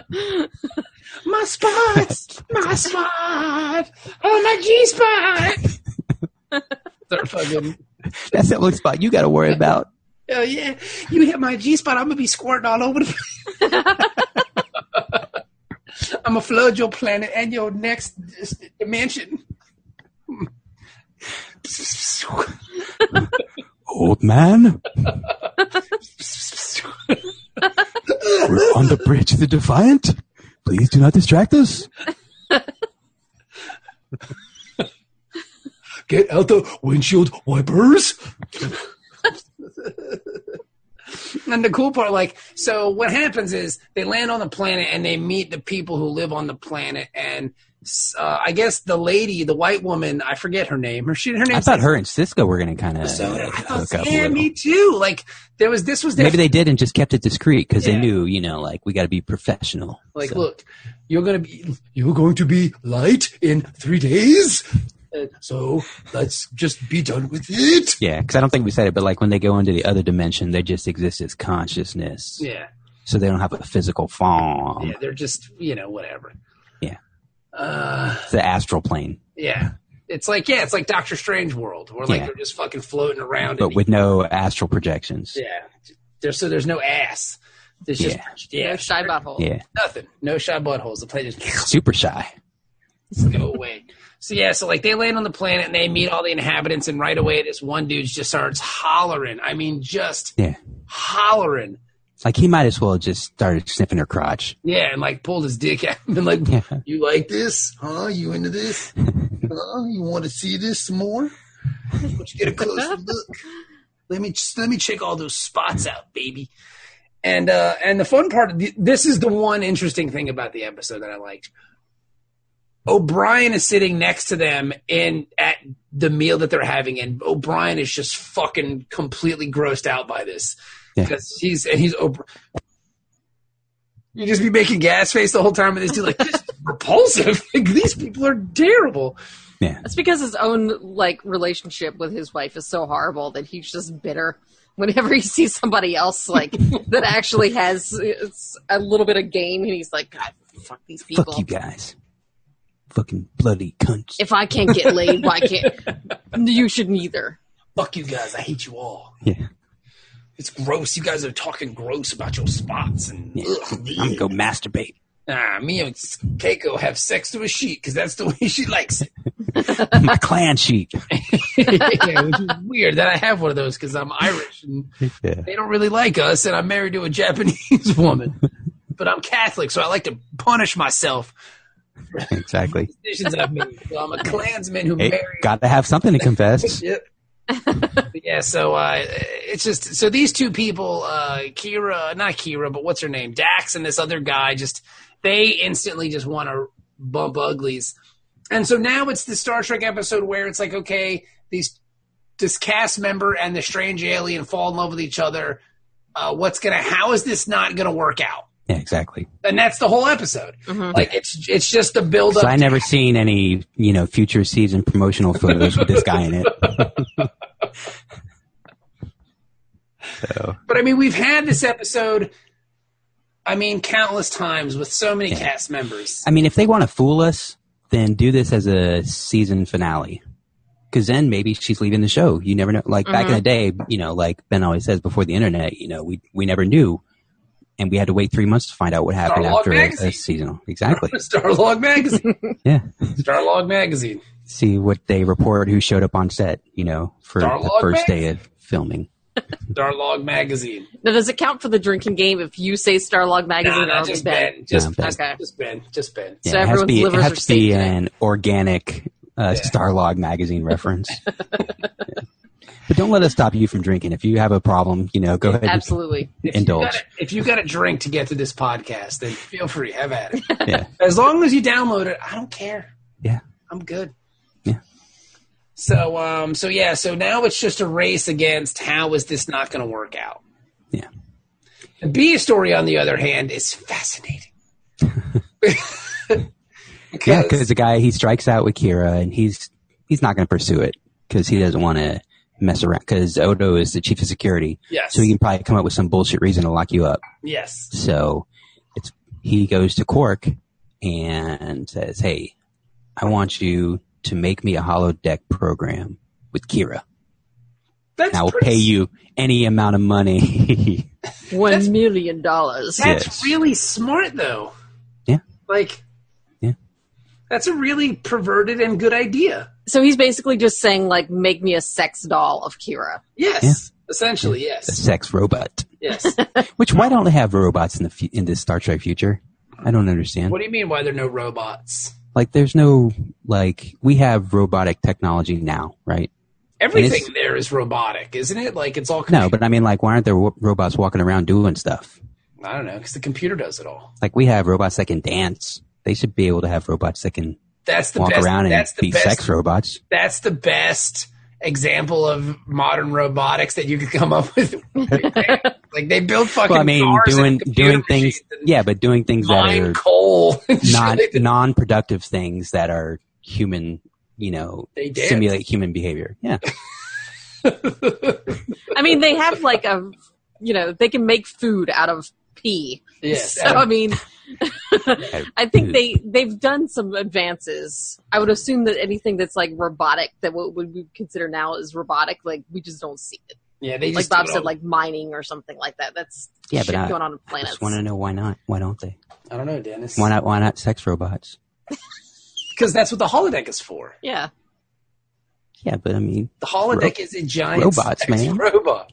S1: my spots, my spot, oh my G spot. They're fucking.
S4: That's the only spot you got to worry about.
S1: Oh yeah, you hit my G spot. I'm gonna be squirting all over the. place. I'm gonna flood your planet and your next dimension.
S4: Old man, we're on the bridge of the Defiant. Please do not distract us.
S1: Get out the windshield wipers. and the cool part, like, so what happens is they land on the planet and they meet the people who live on the planet. And uh, I guess the lady, the white woman, I forget her name. Her she, her name.
S4: I thought her and Cisco were going to kind of
S1: Soda. I
S4: hook
S1: thought,
S4: up a
S1: yeah,
S4: little.
S1: me too. Like there was this was their
S4: Maybe they did and just kept it discreet because
S1: Yeah.
S4: they knew, you know, like we got to be professional.
S1: like
S4: So-
S1: look, you're gonna be you're going to be light in three days. Uh, So let's just be done with it.
S4: yeah, because I don't think we said it, but like when they go into the other dimension, they just exist as consciousness,
S1: Yeah.
S4: so they don't have a physical form.
S1: Yeah, they're just you know whatever.
S4: Yeah.
S1: Uh,
S4: It's the astral plane,
S1: yeah. It's like yeah, it's like Doctor Strange world where like
S4: Yeah.
S1: they're just fucking floating around.
S4: but
S1: in
S4: with no astral projections.
S1: the- yeah, there's so there's no ass. There's just yeah,
S3: No shy butthole.
S4: yeah.
S1: nothing. No shy buttholes. The plane just
S4: super shy.
S1: go away. So yeah, so like they land on the planet and they meet all the inhabitants, and right away this one dude just starts hollering. I mean, just
S4: Yeah.
S1: hollering
S4: Like he might as well have just started sniffing her crotch.
S1: Yeah, and like pulled his dick out and been like,
S4: Yeah.
S1: "You like this? Huh? You into this? Huh? You want to see this some more? Let's get a closer look. Let me just, let me check all those spots out, baby." And uh, and the fun part, th- this is the one interesting thing about the episode that I liked. O'Brien is sitting next to them in at the meal that they're having, and O'Brien is just fucking completely grossed out by this
S4: Yeah.
S1: because he's and he's O'Brien. You just be making gas face the whole time with this dude, like this is repulsive. Like, these people are terrible.
S4: Yeah.
S3: That's because his own like relationship with his wife is so horrible that he's just bitter whenever he sees somebody else like that actually has it's a little bit of game and he's like god fuck these people.
S4: Fuck you guys. Fucking bloody cunts.
S3: If I can't get laid, why can't you shouldn't either.
S1: Fuck you guys, I hate you all.
S4: yeah.
S1: It's gross. You guys are talking gross about your spots and
S4: Yeah.
S1: ugh,
S4: I'm gonna go masturbate.
S1: nah, me and Keiko have sex to a sheet because that's the way she likes it.
S4: My clan sheet.
S1: yeah, which is weird that I have one of those because I'm Irish and
S4: Yeah.
S1: they don't really like us, and I'm married to a Japanese woman. But I'm Catholic, so I like to punish myself
S4: Exactly.
S1: for decisions I've made. So I'm a Klansman who
S4: Hey,
S1: married.
S4: gotta have something to confess.
S1: Yep. yeah, so uh, it's just so these two people, uh, Kira, not Kira, but what's her name, Dax, and this other guy, just they instantly just want to bump uglies, and so now it's the Star Trek episode where it's like, okay, these this cast member and the strange alien fall in love with each other. Uh, what's gonna? How is this not gonna work out?
S4: Yeah, exactly.
S1: And that's the whole episode. Like it's it's just the build up.
S4: So I never seen any, you know, future season promotional photos with this guy in it. so
S1: But I mean, we've had this episode. I mean, countless times with so many cast members.
S4: I mean, if they want to fool us, then do this as a season finale. Because then maybe she's leaving the show. You never know. Like back in the day, you know, like Ben always says, before the internet, you know, we we never knew, and we had to wait three months to find out what happened
S1: Starlog
S4: after a,
S1: magazine.
S4: a seasonal. Exactly.
S1: Starlog magazine.
S4: yeah.
S1: Starlog magazine.
S4: See what they report, who showed up on set, you know, for the
S1: Starlog
S4: first day
S1: magazine.
S4: of filming.
S1: Starlog magazine.
S3: Now does it count for the drinking game if you say Starlog magazine
S1: Nah,
S3: or
S1: nah,
S3: only
S1: just
S3: Ben?
S1: Ben. Just,
S4: Yeah, Ben.
S1: just,
S3: Okay.
S1: just Ben. Just Ben.
S3: So
S4: it has to
S3: everyone's
S4: be, it
S3: livers
S4: has
S3: are
S4: to be
S3: safe today.
S4: an organic uh, Starlog magazine reference. Yeah. But don't let us stop you from drinking. If you have a problem, you know, go ahead. and-
S3: Absolutely.
S1: If
S4: Indulge.
S1: You got if you got a drink to get to this podcast, then feel free. Have at it.
S4: Yeah.
S1: As long as you download it, I don't care.
S4: Yeah.
S1: I'm good.
S4: Yeah.
S1: So um so yeah, so now it's just a race against how is this not gonna work out?
S4: Yeah.
S1: The B story, on the other hand, is fascinating.
S4: Yeah, because the guy he strikes out with Kira, and he's he's not going to pursue it because he doesn't want to mess around. Because Odo is the chief of security,
S1: yes,
S4: so he can probably come up with some bullshit reason to lock you up.
S1: yes,
S4: So it's he goes to Quark and says, "Hey, I want you to make me a holodeck program with Kira,
S1: that's
S4: and I will
S1: pretty-
S4: pay you any amount of money."
S1: That's-
S3: One million dollars.
S1: That's
S4: Yes.
S1: really smart, though.
S4: Yeah.
S1: like
S4: Yeah.
S1: that's a really perverted and good idea.
S3: So he's basically just saying like make me a sex doll of Kira.
S1: Yes,
S4: Yeah.
S1: essentially,
S4: a
S1: yes,
S4: sex robot.
S1: yes.
S4: Which why don't they have robots in the fu- in this Star Trek future? I don't understand.
S1: what do you mean? Why there are no robots?
S4: like there's no like we have robotic technology now right
S1: Everything
S4: it's-
S1: there is robotic, isn't it? Like it's all
S4: no but i mean like why aren't there w- robots walking around doing stuff
S1: I don't know because the computer does it all.
S4: like we have robots that can dance they should be able to have robots that can
S1: That's the
S4: walk
S1: best.
S4: around and
S1: that's the
S4: be
S1: best
S4: sex robots
S1: that's the best example of modern robotics that you could come up with. like they build fucking
S4: well i mean
S1: cars
S4: doing
S1: and computer
S4: doing things
S1: machines and
S4: yeah but doing things that
S1: mine
S4: are
S1: coal. and shit.
S4: non
S1: They-
S4: non-productive things that are human you know
S1: They dance.
S4: simulate human behavior yeah
S3: I mean they have like a you know, they can make food out of pee.
S1: yes,
S3: so I mean I think
S4: Dude.
S3: they they've done some advances. I would assume that anything that's like robotic that what would we consider now is robotic, like we just don't see it.
S1: yeah. They
S3: Like
S1: just
S3: Bob
S1: do it
S3: said,
S1: all-
S3: like mining or something like that. That's
S4: Yeah, but
S3: shit
S4: I-
S3: going on in
S4: i
S3: planets.
S4: just want to know why not why don't they
S1: I don't know, Dennis,
S4: why not why not sex robots
S1: because that's what the holodeck is for.
S3: yeah.
S4: yeah but i mean
S1: The holodeck is a giant
S4: Robots,
S1: sex
S4: man.
S1: robot.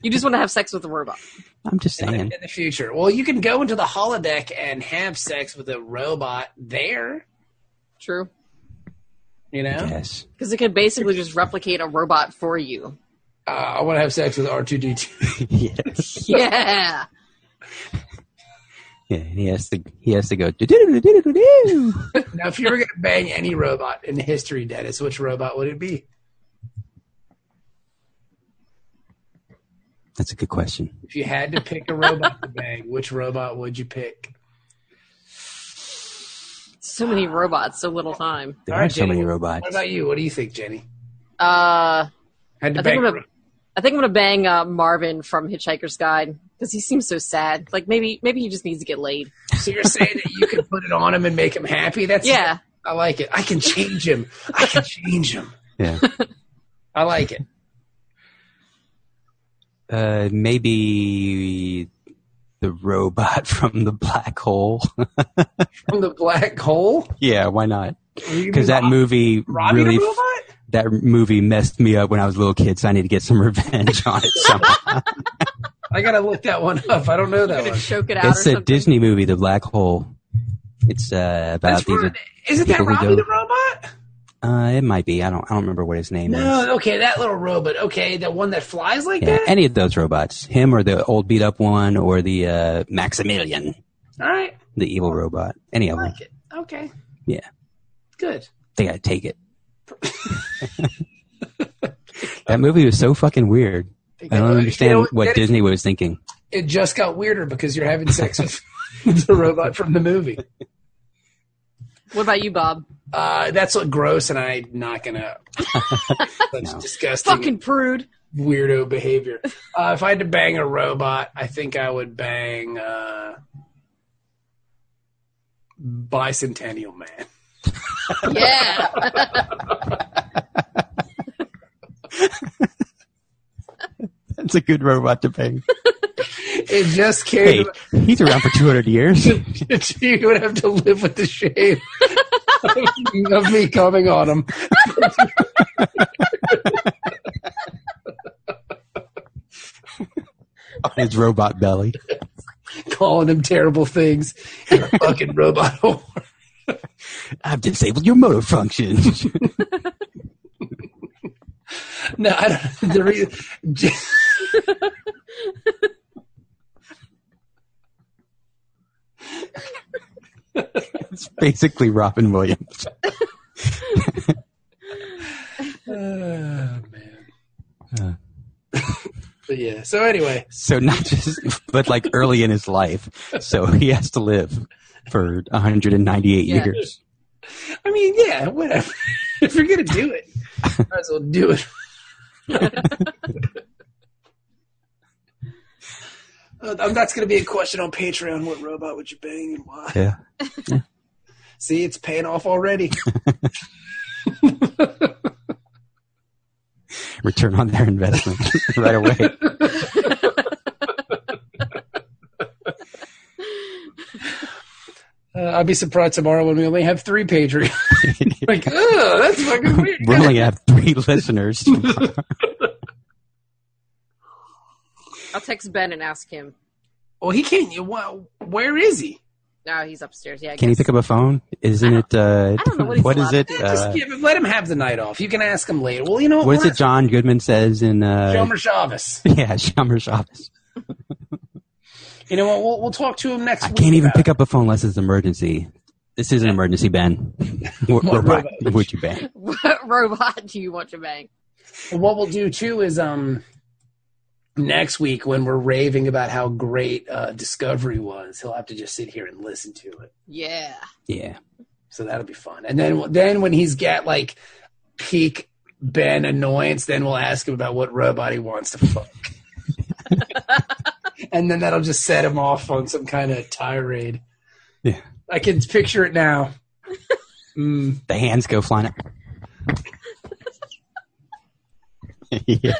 S3: You just want to have sex with a robot.
S4: I'm just
S1: in the,
S4: saying.
S1: in the future. Well, you can go into the holodeck and have sex with a robot there.
S3: True.
S1: You know,
S4: Yes.
S3: Because it could basically just replicate a robot for you.
S1: uh, I want to have sex with R two D two.
S4: yes.
S3: Yeah.
S4: Yeah. He has to. He has to go. "Do-do-do-do-do-do-do."
S1: Now, if you were going to bang any robot in history, Dennis, which robot would it be?
S4: That's a good question.
S1: If you had to pick a robot to bang, which robot would you pick?
S3: So many robots, so little time.
S4: There
S1: All right,
S4: are so many
S1: Jenny,
S4: robots.
S1: What about you? What do you think, Jenny?
S3: Uh,
S1: Had to
S3: I think
S1: bang.
S3: I'm
S1: a
S3: gonna-
S1: robot.
S3: I think I'm gonna bang uh, Marvin from Hitchhiker's Guide because he seems so sad. Like maybe maybe he just needs to get laid.
S1: So you're saying that you could put it on him and make him happy? That's
S3: Yeah.
S1: I like it. I can change him. I can change him.
S4: Yeah.
S1: I like it.
S4: Uh, maybe the robot from the black hole.
S1: From the black hole.
S4: yeah. Why not? Because
S1: Because
S4: that movie
S1: Robbie
S4: really
S1: the robot.
S4: that movie messed me up when I was a little kid, so I need to get some revenge on it. Somehow.
S1: I gotta look that one up. I don't know that
S3: Gonna
S1: one.
S3: choke it out
S4: it's
S3: or
S4: a
S3: something.
S4: Disney movie, The Black Hole. It's uh, about
S1: That's
S4: these.
S1: where, isn't that
S4: people who
S1: Robbie the
S4: don't-
S1: robot?
S4: Uh, it might be. I don't. I don't remember what his name is.
S1: No, okay, that little robot. Okay, the one that flies like
S4: Yeah,
S1: that.
S4: any of those robots, him or the old beat up one, or the uh, Maximilian,
S1: All right,
S4: the evil robot. Any of
S1: I
S4: them.
S1: like it. Okay,
S4: Yeah,
S1: good.
S4: they gotta take it. that movie was so fucking weird. I don't
S1: You know
S4: understand what
S1: It,
S4: Disney was thinking.
S1: it just got weirder because you're having sex with the robot from the movie.
S3: What about you, Bob?
S1: Uh, that's what gross, and I'm not gonna. That's
S4: No.
S1: disgusting.
S3: Fucking prude.
S1: weirdo behavior. Uh, if I had to bang a robot, I think I would bang uh, Bicentennial Man.
S3: Yeah.
S4: That's a good robot to bang.
S1: It just
S4: hey,
S1: came.
S4: he's around for 200 years.
S1: you would have to live with the shame of me coming on him.
S4: on his robot belly.
S1: calling him terrible things. You're a fucking robot whore.
S4: I've disabled your motor function.
S1: No, I don't. The reason.
S4: it's basically Robin Williams.
S1: oh man.
S4: Uh.
S1: But yeah. So anyway,
S4: So not just, but like early in his life. So he has to live for 198
S3: Yeah.
S4: years.
S1: I mean, yeah, whatever. if you're gonna do it, might as well do it. Uh, that's going to be a question on Patreon. What robot would you bang and why?
S4: Yeah.
S1: See, it's paying off already.
S4: Return on their investment right away.
S1: Uh, I'll be surprised tomorrow when we only have three Patreons. like, oh, that's fucking weird.
S4: we only have three listeners.
S3: I'll text Ben and ask him.
S1: Well, he can't. You, wha- where is he?
S3: No, he's upstairs. Yeah. I
S4: Can you
S3: guess.
S4: pick up a phone? Isn't it? Uh,
S3: I don't know what he's
S4: is
S3: allowed
S4: it?
S3: to do.
S4: Uh,
S1: Just give him, let him have the night off. You can ask him later. Well, you know
S4: what is it? John Goodman says in. Uh,
S1: Jomer Chavez.
S4: yeah, Schumer's office.
S1: You know what? We'll, we'll talk to him next
S4: I
S1: week.
S4: can't even
S1: about
S4: pick up a phone unless it's an emergency. This is an emergency, Ben. what
S1: What
S4: robot
S1: robot?
S4: would you ban?
S3: what robot do you want to bang?
S1: it. What we'll do too is um next week when we're raving about how great uh, Discovery was, he'll have to just sit here and listen to it.
S3: Yeah.
S4: Yeah.
S1: So that'll be fun. And then then when he's got like peak Ben annoyance, then we'll ask him about what robot he wants to fuck. and then that'll just set him off on some kind of tirade.
S4: Yeah.
S1: I can picture it now. Mm.
S4: The hands go flying up. yeah.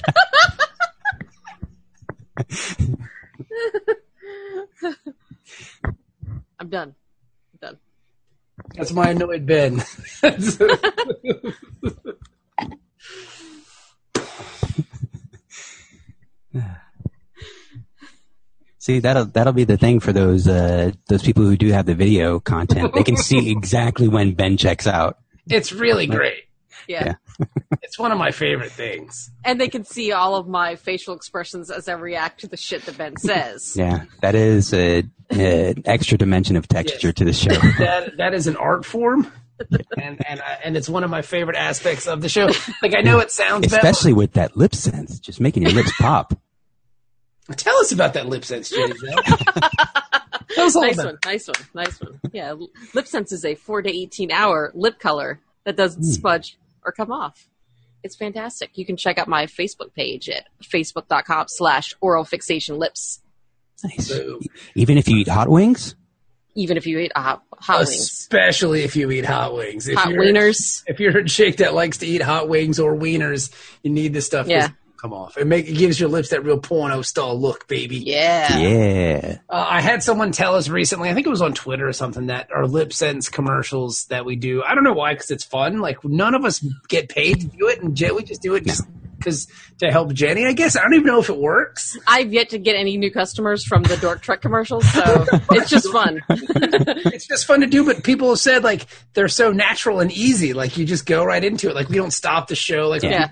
S3: I'm done. I'm done.
S1: That's my annoyed Ben. That's-
S4: See, that'll that'll be the thing for those uh, those people who do have the video content. They can see exactly when Ben checks out.
S1: It's really great.
S3: Yeah.
S1: It's one of my favorite things.
S3: And they can see all of my facial expressions as I react to the shit that Ben says.
S4: Yeah, that is a, a extra dimension of texture
S1: Yes.
S4: to the show.
S1: That that is an art form, and and I, and it's one of my favorite aspects of the show. Like I know it sounds bad.
S4: Especially with that lip sense, just making your lips pop.
S1: Tell us about that lip sense, Jenny. though. Tell us all
S3: Nice
S1: about
S3: one, nice one, nice one. Yeah, l- lip sense is a four to eighteen hour lip color that doesn't smudge or come off. It's fantastic. You can check out my Facebook page at facebook.com slash oral fixation lips.
S4: Nice.
S1: So-
S4: Even if you eat hot wings,
S3: Even if you eat uh, hot wings,
S1: Especially if you eat hot wings. If
S3: hot
S1: you're-
S3: wieners.
S1: If you're a chick that likes to eat hot wings or wieners, you need this stuff. 'cause
S3: Yeah.
S1: it Come off. It make it gives your lips that real porno style look, baby.
S3: Yeah.
S4: yeah.
S1: Uh, I had someone tell us recently, I think it was on Twitter or something, that our lip sense commercials that we do, I don't know why, because it's fun. Like, none of us get paid to do it, and Je- we just do it just because to help Jenny, I guess. I don't even know if it works.
S3: I've yet to get any new customers from the Dork Trek commercials, so it's just fun.
S1: It's just fun to do, but people have said, like, they're so natural and easy. Like, you just go right into it. Like, we don't stop the show. Like, when-
S3: Yeah.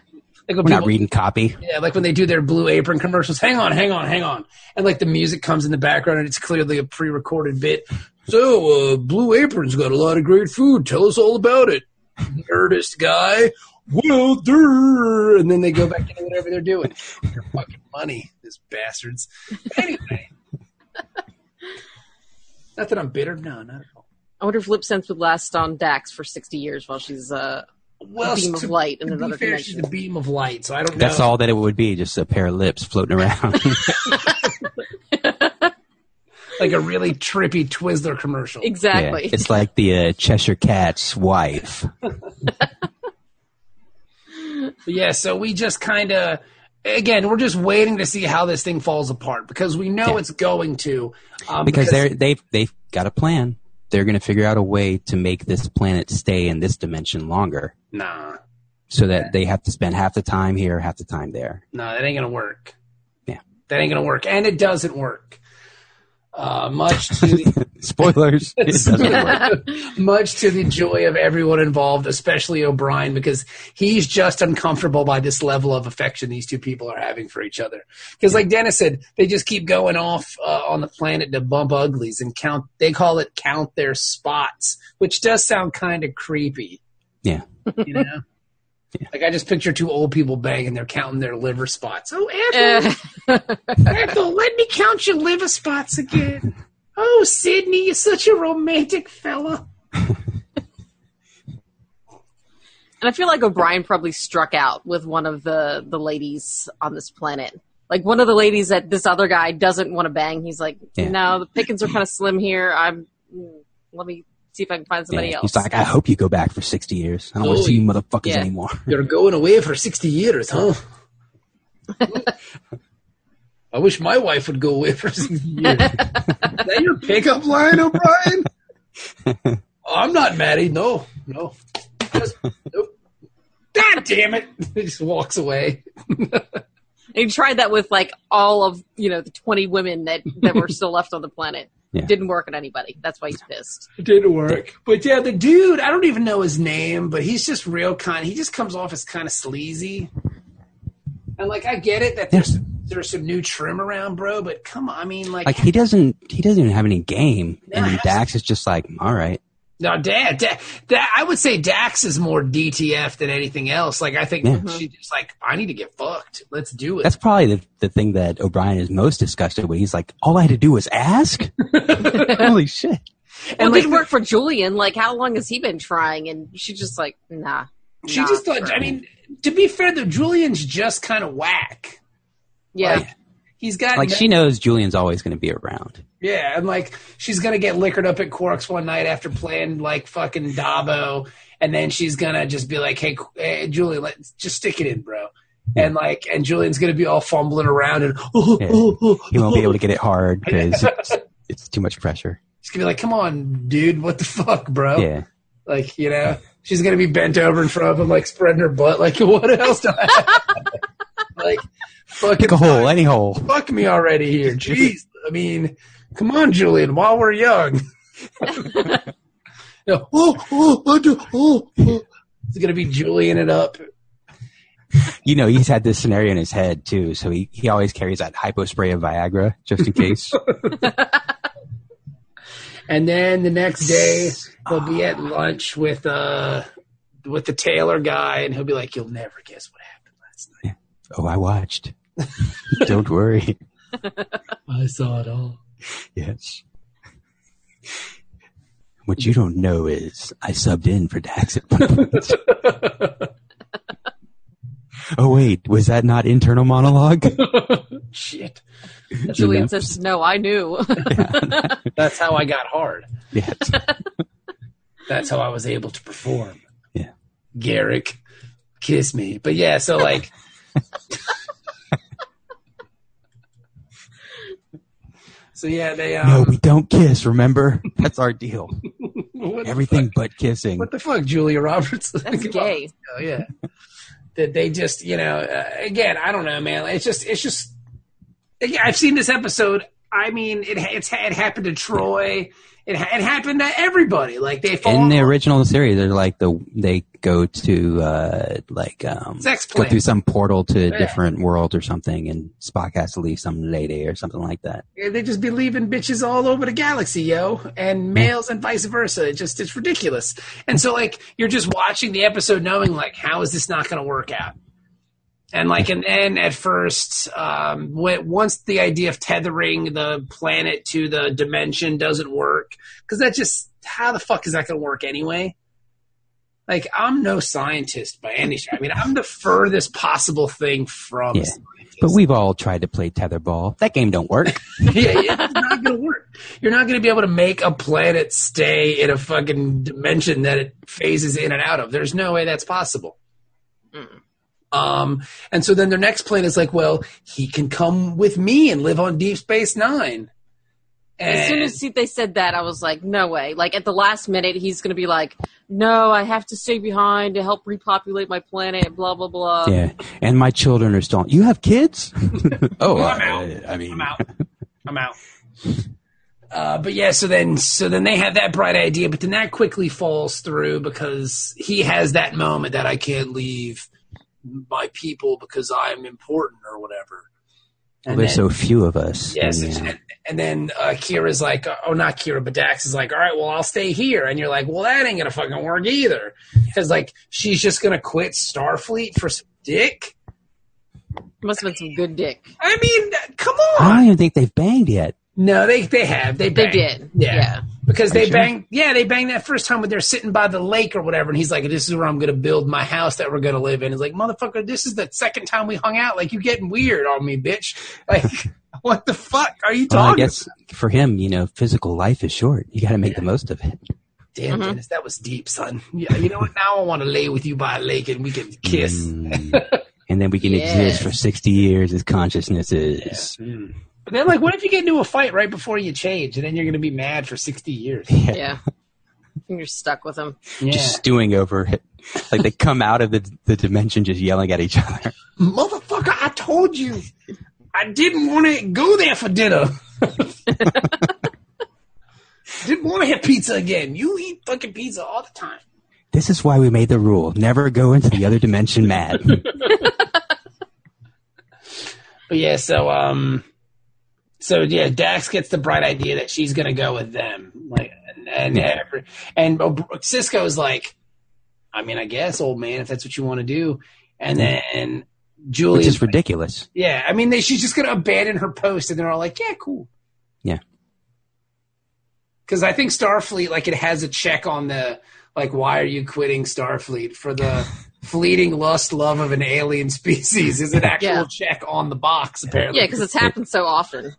S1: like when
S4: We're not
S1: people-
S4: reading copy.
S1: Yeah, like when they do their blue apron commercials. Hang on, hang on, hang on. And like the music comes in the background and it's clearly a pre recorded bit. So, uh, Blue Apron's got a lot of great food. Tell us all about it. Nerdist guy. Well, der. And then they go back into whatever they're doing. Their fucking money, these bastards. But anyway. Not that I'm bitter. No, not at all.
S3: I wonder if lip sense would last on Dax for sixty years while she's uh,
S1: Well,
S3: beam of
S1: to,
S3: light in
S1: to be
S3: another
S1: fair, she's
S3: dimension.
S1: a beam of light, so I don't
S4: That's
S1: know.
S4: all that it would be, just a pair of lips floating around.
S1: Like a really trippy Twizzler commercial.
S4: Yeah,
S3: Exactly.
S4: It's like the uh, Cheshire Cat's wife.
S1: But yeah, so we just kind of, again, we're just waiting to see how this thing falls apart because we know
S4: Yeah.
S1: it's going to. Um,
S4: Because they're, they've, they've got a plan. They're going to figure out a way to make this planet stay in this dimension longer
S1: nah,
S4: so that they have to spend half the time here, half the time there.
S1: nah, that ain't gonna work.
S4: Yeah.
S1: that ain't gonna work, and it doesn't work. Uh, much to the,
S4: Spoilers. it doesn't work.
S1: much to the joy of everyone involved, especially O'Brien, because he's just uncomfortable by this level of affection these two people are having for each other. Because, like Dennis said, they just keep going off uh, on the planet to bump uglies and count. They call it count their spots, which does sound kind of creepy.
S4: Yeah.
S1: You know. Like I just picture two old people banging, they're counting their liver spots. Oh, Ethel,
S3: Uh,
S1: Ethel, let me count your liver spots again. Oh, Sydney, you're such a romantic fella.
S3: And I feel like O'Brien probably struck out with one of the the ladies on this planet. Like one of the ladies that this other guy doesn't want to bang. He's like,
S4: Yeah.
S3: no, the pickings are kind of slim here. I'm. mm, Let me see if I can find somebody
S4: Yeah.
S3: else.
S4: He's like, I hope you go back for 60 years. I don't want
S1: Oh,
S4: to see you motherfuckers
S3: yeah.
S4: anymore.
S1: You're going away for 60 years, huh? Oh. I wish my wife would go away for 60 years. Is that your pickup line, O'Brien? I'm not Maddie. No, no. Just, nope. God damn it. He just walks away.
S3: and he tried that with like all of you know the twenty women that that were still left on the planet.
S4: Yeah.
S3: Didn't work on anybody. That's why he's pissed.
S1: It didn't work. But yeah, the dude, I don't even know his name, but he's just real kind. He just comes off as kind of sleazy. And like, I get it that there's,
S4: Yes.
S1: there's some new trim around, bro, but come on. I mean,
S4: Like he doesn't, he doesn't even have any game.
S1: No,
S4: and
S1: I-
S4: Dax is just like, all right.
S1: No, Dad, Dad, Dad, I would say Dax is more DTF than anything else. Like, I think
S4: Yeah.
S1: she's just like, I need to get fucked. Let's do it.
S4: That's probably the, the thing that O'Brien is most disgusted with. He's like, all I had to do was ask. Holy shit.
S1: And,
S3: Well, it
S1: like,
S3: didn't work for Julian. Like, how long has he been trying? And she's just like, nah.
S1: she
S3: nah,
S1: just thought,
S3: sure.
S1: I mean, to be fair, though, Julian's just kind of whack.
S3: yeah.
S4: like-
S1: He's got
S4: Like
S1: no-
S4: she knows Julian's always going to be around.
S1: Yeah, and like she's gonna get liquored up at Quarks one night after playing like fucking Dabo, and then she's gonna just be like, "Hey, Qu- hey Julian, let's just stick it in, bro." And like, and Julian's gonna be all fumbling around and oh,
S4: Yeah.
S1: oh, oh,
S4: He won't be able to get it hard because it's, it's too much pressure.
S1: She's gonna be like, "Come on, dude, what the fuck,
S3: Oh.
S1: bro?"
S4: Yeah.
S1: Like, you know, she's gonna be bent over in front of him, like spreading her butt. Like, what else do I have? like, fucking
S4: Pick a hole, any hole.
S1: fuck me already here. Jeez. I mean, come on, Julian, while we're young. You know, oh, oh, oh, do- oh, oh. It's going to be Julian it up.
S4: You know, he's had this scenario in his head too, so he, he always carries that hypo spray of Viagra just in case.
S1: And then the next day, they'll be at lunch with uh with the Taylor guy, and he'll be like, "You'll never guess what happened last night.
S4: oh, I watched. Don't worry.
S1: I saw it all."
S4: Yes. What you don't know is I subbed in for Dax at one point. oh wait, was that not internal monologue?
S1: Shit,
S3: Julian
S4: Yeah.
S3: says, "No, I knew."
S1: that's how I got hard.
S4: yes.
S1: That's how I was able to perform.
S4: Yeah.
S1: Garrick, kiss me. But yeah, so like, so yeah, they
S4: No,
S1: um,
S4: we don't kiss, remember? That's our deal.
S1: what the
S4: Everything
S1: fuck-
S4: but kissing.
S1: What the fuck, Julia Roberts?
S3: That's gay.
S1: Oh yeah. that they just, you know, uh, again, I don't know, man. It's just, it's just. Again, I've seen this episode. I mean, it ha- it's, it happened to Troy. It, ha- it happened to everybody. Like they fall
S4: in the
S1: in love.
S4: original series, they're like the they go to uh like um
S1: Sex
S4: go
S1: plan.
S4: through some portal to a
S1: Yeah.
S4: different world or something, and Spock has to leave some lady or something like that.
S1: Yeah, They just be leaving bitches all over the galaxy, yo, and males and vice versa. It just it's ridiculous. And so like you're just watching the episode, knowing like how is this not going to work out? And like and then at first, um, when, once the idea of tethering the planet to the dimension doesn't work, because that just how the fuck is that going to work anyway? Like I'm no scientist by any stretch. I mean I'm the furthest possible thing from.
S4: Yeah. But we've all tried to play tetherball. That game don't work.
S1: yeah, yeah, it's not going to work. You're not going to be able to make a planet stay in a fucking dimension that it phases in and out of. There's no way that's possible. Um, and so then their next plan is like, well, he can come with me and live on Deep Space Nine. And
S3: As soon as they said that, I was like, "No way!" Like at the last minute, he's going to be like, "No, I have to stay behind to help repopulate my planet." Blah blah blah.
S4: yeah, and my children are still. You have kids? oh,
S1: I'm
S4: I-
S1: out.
S4: I mean,
S1: I'm out. I'm out. Uh, but yeah, so then so then they have that bright idea, but then that quickly falls through because he has that moment that I can't leave my people because I'm important or whatever.
S4: well,
S1: And
S4: there's
S1: then-
S4: so few of us.
S1: yes,
S4: and, yeah.
S1: and, and then uh, Kira's like, oh, not Kira, but Dax is like, all right, well, I'll stay here, and you're like, well, that ain't gonna fucking work either, because like she's just gonna quit Starfleet for some dick.
S3: Must have been some good dick.
S1: I mean, come
S4: I
S1: on.
S4: don't even think they've banged yet.
S1: No, they they have they
S3: They
S1: banged.
S3: did.
S1: Yeah.
S3: yeah.
S1: because they
S4: sure?
S1: banged yeah they banged that first time when they're sitting by the lake or whatever and he's like this is where i'm gonna build my house that we're gonna live in it's like motherfucker this is the second time we hung out like you getting weird on me bitch like what the fuck are you
S4: Well, I
S1: talking
S4: guess for him, you know, physical life is short. You got to make the most of it.
S1: about? damn
S3: Mhm.
S1: dennis that was deep son yeah you know what now i want to lay with you by a lake and we can kiss
S4: Mm. and then we can
S3: Yes.
S4: exist for 60 years as consciousnesses.
S1: Mm. but then like what if you get into a fight right before you change and then you're gonna be mad for 60 years
S4: Yeah.
S3: yeah. And you're stuck with him.
S1: yeah
S4: Just stewing over it. Like they come out of the, the dimension just yelling at each other.
S1: motherfucker i told you i didn't want to go there for dinner didn't want to have pizza again you eat fucking pizza all the time
S4: This is why we made the rule never go into the other dimension mad.
S1: but yeah so um so yeah dax gets the bright idea that she's gonna go with them like and and,
S4: Yeah.
S1: every- and uh, Ob- cisco's like i mean i guess old man if that's what you want to do and then
S4: Which
S1: julie
S4: is ridiculous.
S1: yeah i mean they, she's just gonna abandon her post and they're all like yeah cool
S4: Yeah.
S1: because I think Starfleet like it has a check on the like why are you quitting Starfleet for the fleeting lust love of an alien species is an actual
S3: Yeah.
S1: check on the box apparently.
S3: Yeah, because it's happened so often.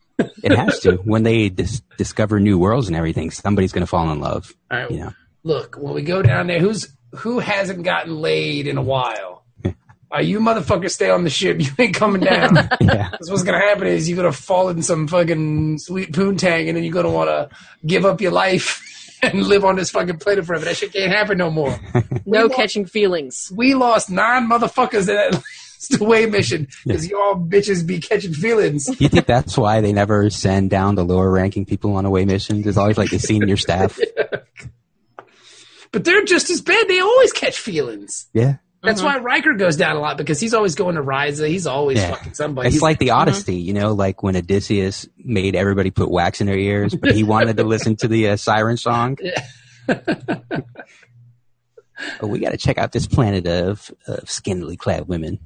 S4: It has to. When they dis- discover new worlds and everything, somebody's going to fall in love.
S1: All right,
S4: You know,
S1: look when we go down there, who's who hasn't gotten laid in a while? Are you motherfuckers stay on the ship? You ain't coming down.
S4: yeah.
S1: 'Cause what's gonna happen is you're gonna fall in some fucking sweet poontang, and then you're gonna want to give up your life and live on this fucking planet forever. That shit can't happen no more.
S3: No catching feelings.
S1: we lost nine motherfuckers in that It's away mission because you all bitches be catching feelings.
S4: You think that's why they never send down the lower ranking people on away missions? There's always like the senior staff.
S1: But they're just as bad. They always catch feelings.
S4: Yeah.
S1: That's why Riker goes down a lot because he's always going to Riza. He's always
S4: Yeah.
S1: fucking somebody.
S4: It's
S1: He's-
S4: like the Odyssey, you know, like when Odysseus made everybody put wax in their ears, but he wanted to listen to the uh, siren song. oh, we got to check out this planet of, of scantily clad women.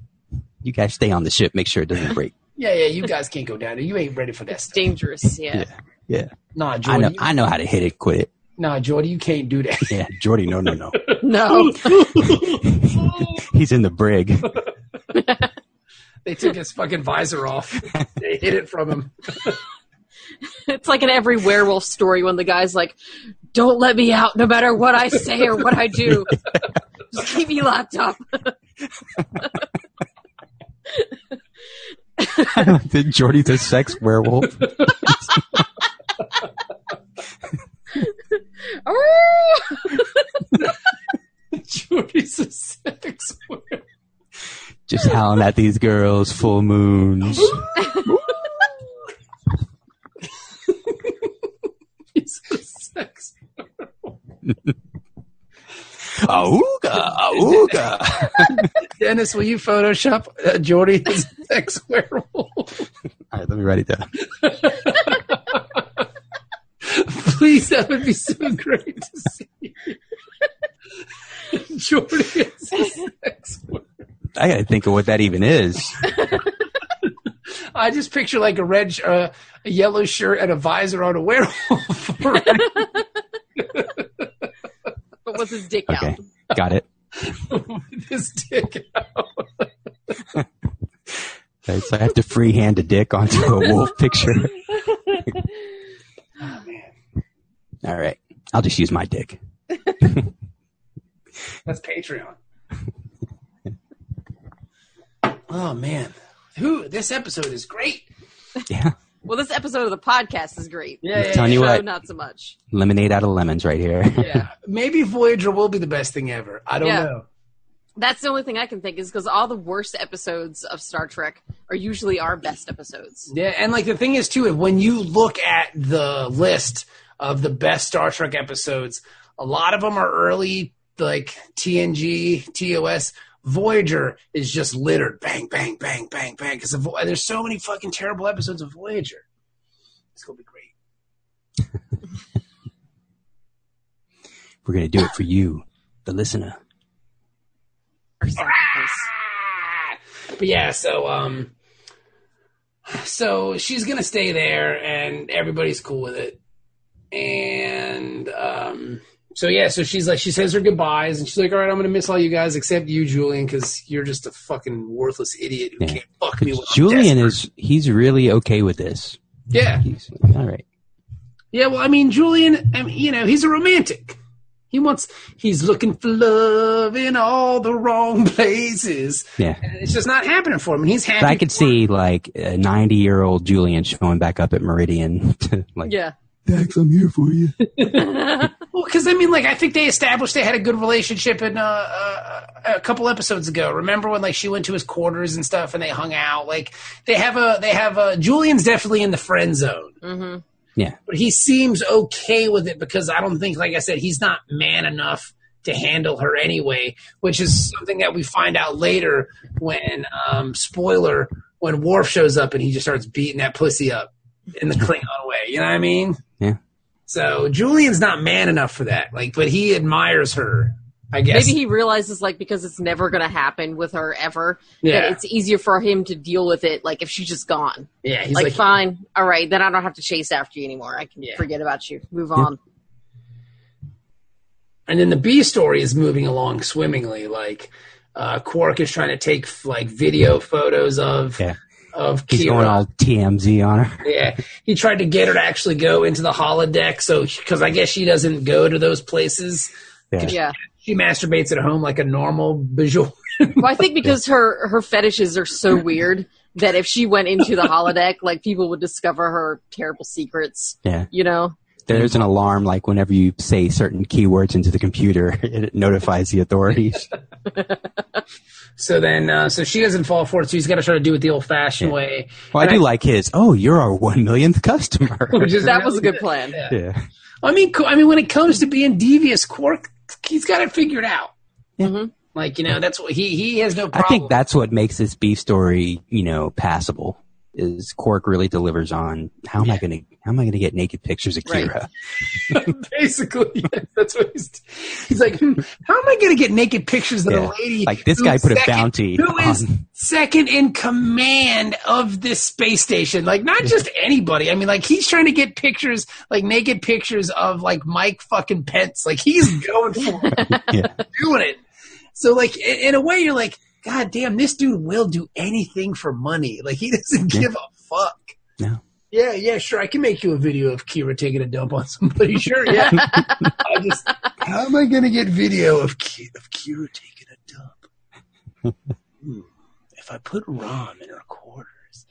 S4: You guys stay on the ship, make sure it doesn't break.
S1: yeah, yeah. You guys can't go down there. You ain't ready for that
S3: It's
S1: stuff.
S3: dangerous. Yeah.
S4: Yeah. Yeah.
S1: Nah,
S4: I know,
S1: Jordy. you-
S4: I know how to hit it, quit it.
S1: Nah, Jordy. You can't do that.
S4: Yeah. Jordy, no, no, no.
S3: No.
S4: He's in the brig.
S1: They took his fucking visor off. they hid it from him.
S3: It's like in every werewolf story when the guy's like, don't let me out no matter what I say or what I do. Just keep me locked up.
S4: Jordy the sex werewolf.
S1: Jordy's a sex worker.
S4: Just howling at these girls, full moons.
S1: He's a sex.
S4: Auga, auga.
S1: Dennis, will you Photoshop uh, Jordy as a sex werewolf?
S4: All right, let me write it down.
S1: Please, that would be so great to see. Jordy is a sex worker.
S4: I got to think of what that even is.
S1: I just picture like a red, sh- uh, a yellow shirt and a visor on a werewolf. already.
S3: But with his dick
S4: Okay,
S3: out.
S4: got it.
S1: with his dick out.
S4: Okay, so I have to freehand a dick onto a wolf picture.
S1: Oh,
S4: All right, I'll just use my dick.
S1: That's Patreon. oh man, who? This episode is great.
S4: Yeah,
S3: Well, this episode of the podcast is great.
S1: Yeah,
S4: telling you
S3: Show,
S4: what,
S3: not so much.
S4: lemonade out of lemons right here.
S1: yeah. Maybe Voyager will be the best thing ever. I don't
S3: Yeah.
S1: know.
S3: That's the only thing I can think is because all the worst episodes of Star Trek are usually our best episodes.
S1: Yeah, and like the thing is too, if when you look at the list of the best Star Trek episodes, a lot of them are early, like TNG, TOS. Voyager is just littered, bang, bang, bang, bang, bang. Because Vo- there's so many fucking terrible episodes of Voyager. It's gonna be great.
S4: We're gonna do it for you, the listener.
S3: Or sacrifice.
S1: But yeah, so um, so she's gonna stay there, and everybody's cool with it. And um, so yeah, so she's like, she says her goodbyes, and she's like, "All right, I'm gonna miss all you guys except you, Julian, because you're just a fucking worthless idiot who
S4: Yeah.
S1: can't fuck me." With
S4: Julian is—he's really okay with this.
S1: yeah,
S4: He's all right.
S1: yeah. Well, I mean, Julian, I mean, you know, he's a romantic. He wants, he's looking for love in all the wrong places.
S4: Yeah.
S1: And it's just not happening for him. And he's happy.
S4: But I could
S1: for
S4: see like a 90 year old Julian showing back up at Meridian. to, like,
S3: Yeah.
S4: Dax, I'm here for you.
S1: Well, because I mean, like I think they established they had a good relationship in uh, uh, a couple episodes ago. Remember when like she went to his quarters and stuff, and they hung out. Like they have a they have a Julian's definitely in the friend zone,
S3: hmm
S4: Yeah.
S1: but he seems okay with it because I don't think, like I said, he's not man enough to handle her anyway. Which is something that we find out later when um, spoiler when Worf shows up and he just starts beating that pussy up in the Klingon way. You know what I mean?
S4: Yeah.
S1: So Julian's not man enough for that. Like, but he admires her. I guess.
S3: Maybe he realizes, like, because it's never going to happen with her ever,
S1: Yeah.
S3: that it's easier for him to deal with it, like, if she's just gone.
S1: yeah. He's
S3: like,
S1: like,
S3: fine, all right, then I don't have to chase after you anymore. I can
S1: Yeah.
S3: forget about you. Move on.
S1: and then the B story is moving along swimmingly. Like, uh, Quark is trying to take like video photos of
S4: Yeah.
S1: of
S4: He's
S1: Kira.
S4: going all TMZ on her.
S1: yeah, he tried to get her to actually go into the holodeck. So, because I guess she doesn't go to those places.
S4: Yeah.
S3: Yeah.
S1: She masturbates at home like a normal visual.
S3: Well, I think because her her fetishes are so weird that if she went into the holodeck, like, people would discover her terrible secrets,
S4: Yeah.
S3: you know?
S4: There's an alarm like whenever you say certain keywords into the computer, it notifies the authorities.
S1: So then, uh, so she doesn't fall for it. So he's got to try to do it the old-fashioned
S4: Yeah.
S1: way.
S4: Well, I
S1: And
S4: do like his. Oh, you're our one millionth customer.
S1: which is
S3: That was a
S1: really
S3: good plan.
S1: Yeah.
S4: yeah.
S1: I mean, co- I mean, when it comes to being devious, Quark, he's got it figured out.
S4: Yeah.
S3: Mhm.
S1: Like you know, that's what he he has no
S4: I
S1: problem.
S4: think that's what makes this beef story, you know, passable. Is Quark really delivers on how am I going to how am I going to get naked pictures of
S3: Right.
S4: Kira?
S1: basically yes, that's what he's. He's like, hmm, how am I going to get naked pictures of
S4: Yeah.
S1: the lady?
S4: Like this
S1: who's
S4: guy put a
S1: second-
S4: bounty
S1: Who is
S4: on.
S1: second in command of this space station? Like not just anybody. I mean, like he's trying to get pictures, like naked pictures of like Mike fucking Pence. Like he's going for it.
S4: Yeah.
S1: doing it. So like in, in a way, you're like, God damn, this dude will do anything for money. Like he doesn't
S4: Yeah.
S1: give a fuck.
S4: No.
S1: Yeah, yeah, sure. I can make you a video of Kira taking a dump on somebody. Sure, yeah. I just how am I gonna get video of Ki- of Kira taking a dump? Hmm. If I put Rom in her quarters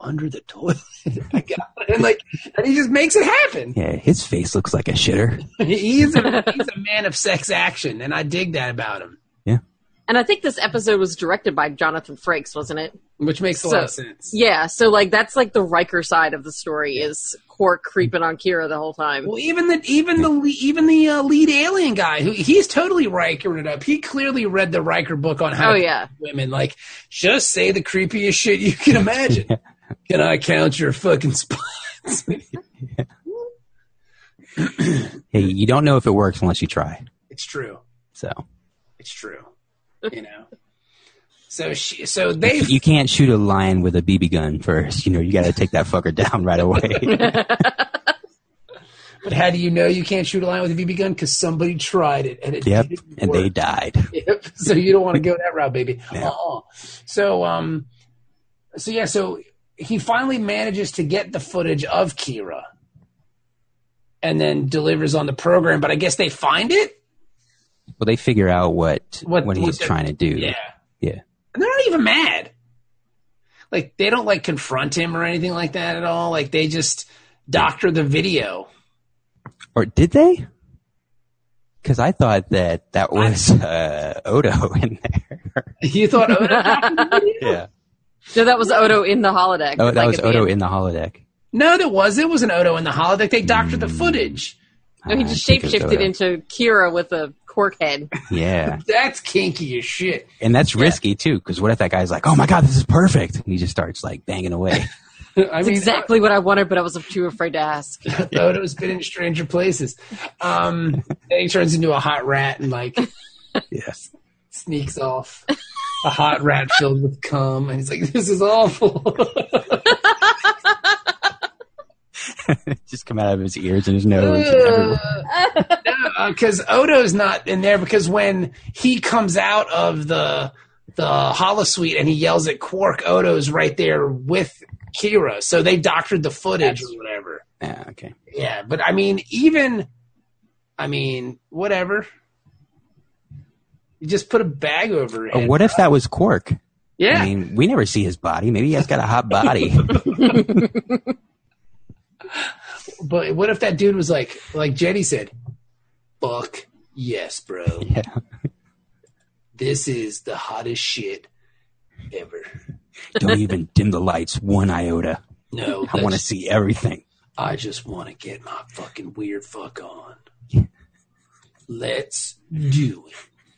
S1: under the toilet, I got it. And like, and he just makes it happen
S4: yeah, his face looks like a shitter.
S1: he's a, he's a man of sex action, and I dig that about him,
S3: And I think this episode was directed by Jonathan Frakes, wasn't it?
S1: which makes a lot of sense.
S3: Yeah, so like that's like the Riker side of the story is Quark creeping on Kira the whole time.
S1: Well, even the even the le- even the uh, lead alien guy, who he's totally Rikering it up. He clearly read the Riker book on how
S3: Oh
S1: to
S3: yeah,
S1: treat women. Like, just say the creepiest shit you can imagine. Can I count your fucking spots?
S4: Hey, you don't know if it works unless you try.
S1: it's true.
S4: So
S1: It's true. You know. So she, so they
S4: you can't shoot a lion with a BB gun first. You know, you got to take that fucker down right away.
S1: But how do you know you can't shoot a lion with a BB gun? Because somebody tried it and it
S4: yep,
S1: didn't
S4: and
S1: work.
S4: they died.
S1: Yep. So you don't want to go that route, baby.
S4: No.
S1: Uh-uh. So um, so yeah, so he finally manages to get the footage of Kira, and then delivers on the program. But I guess they find it.
S4: Well, they figure out what
S1: What- what
S4: what, he's
S1: they're-
S4: trying to do.
S1: Yeah.
S4: Yeah.
S1: And they're not even mad. Like they don't like confront him or anything like that at all. Like they just doctor the video.
S4: Or did they? Because I thought that that was uh, Odo in there.
S1: You thought, oh, doctor the video?
S4: yeah.
S3: so that was Odo in the holodeck.
S4: Oh, that
S3: like,
S4: was
S3: at the
S4: Odo
S3: end.
S4: in the holodeck.
S1: no, there was. It was an Odo in the holodeck. They doctored the footage.
S3: No, he
S4: Ah, I
S3: just
S4: think it was
S3: shapeshifted
S4: Odo.
S3: into Kira with a Quark head.
S4: Yeah,
S1: That's kinky as shit.
S4: and that's risky too. Because what if that guy's like, "Oh my god, this is perfect," and he just starts like banging away.
S1: I
S3: That's exactly what I wanted, but I was too afraid to ask.
S1: Odo's been in stranger places. Um, then he turns into a hot rat and like
S4: yes.
S1: sneaks off. A hot rat filled with cum, and he's like, "This is awful."
S4: just come out of his ears and his nose. and everywhere.
S1: Because Uh, Odo's not in there because when he comes out of the the holosuite and he yells at Quark, Odo's right there with Kira, so they doctored the footage or whatever.
S4: Yeah, okay.
S1: Yeah, but I mean, even, I mean, whatever. You just put a bag over it.
S4: Uh, what if that was Quark?
S1: Yeah,
S4: I mean, we never see his body. Maybe he has got a hot body.
S1: but what if that dude was like, like Jenny said, "Fuck yes, bro,
S4: yeah.
S1: this is the hottest shit ever."
S4: Don't even dim the lights one iota.
S1: No,
S4: I want to
S1: let's-
S4: see everything.
S1: I just want to get my fucking weird fuck on. Let's do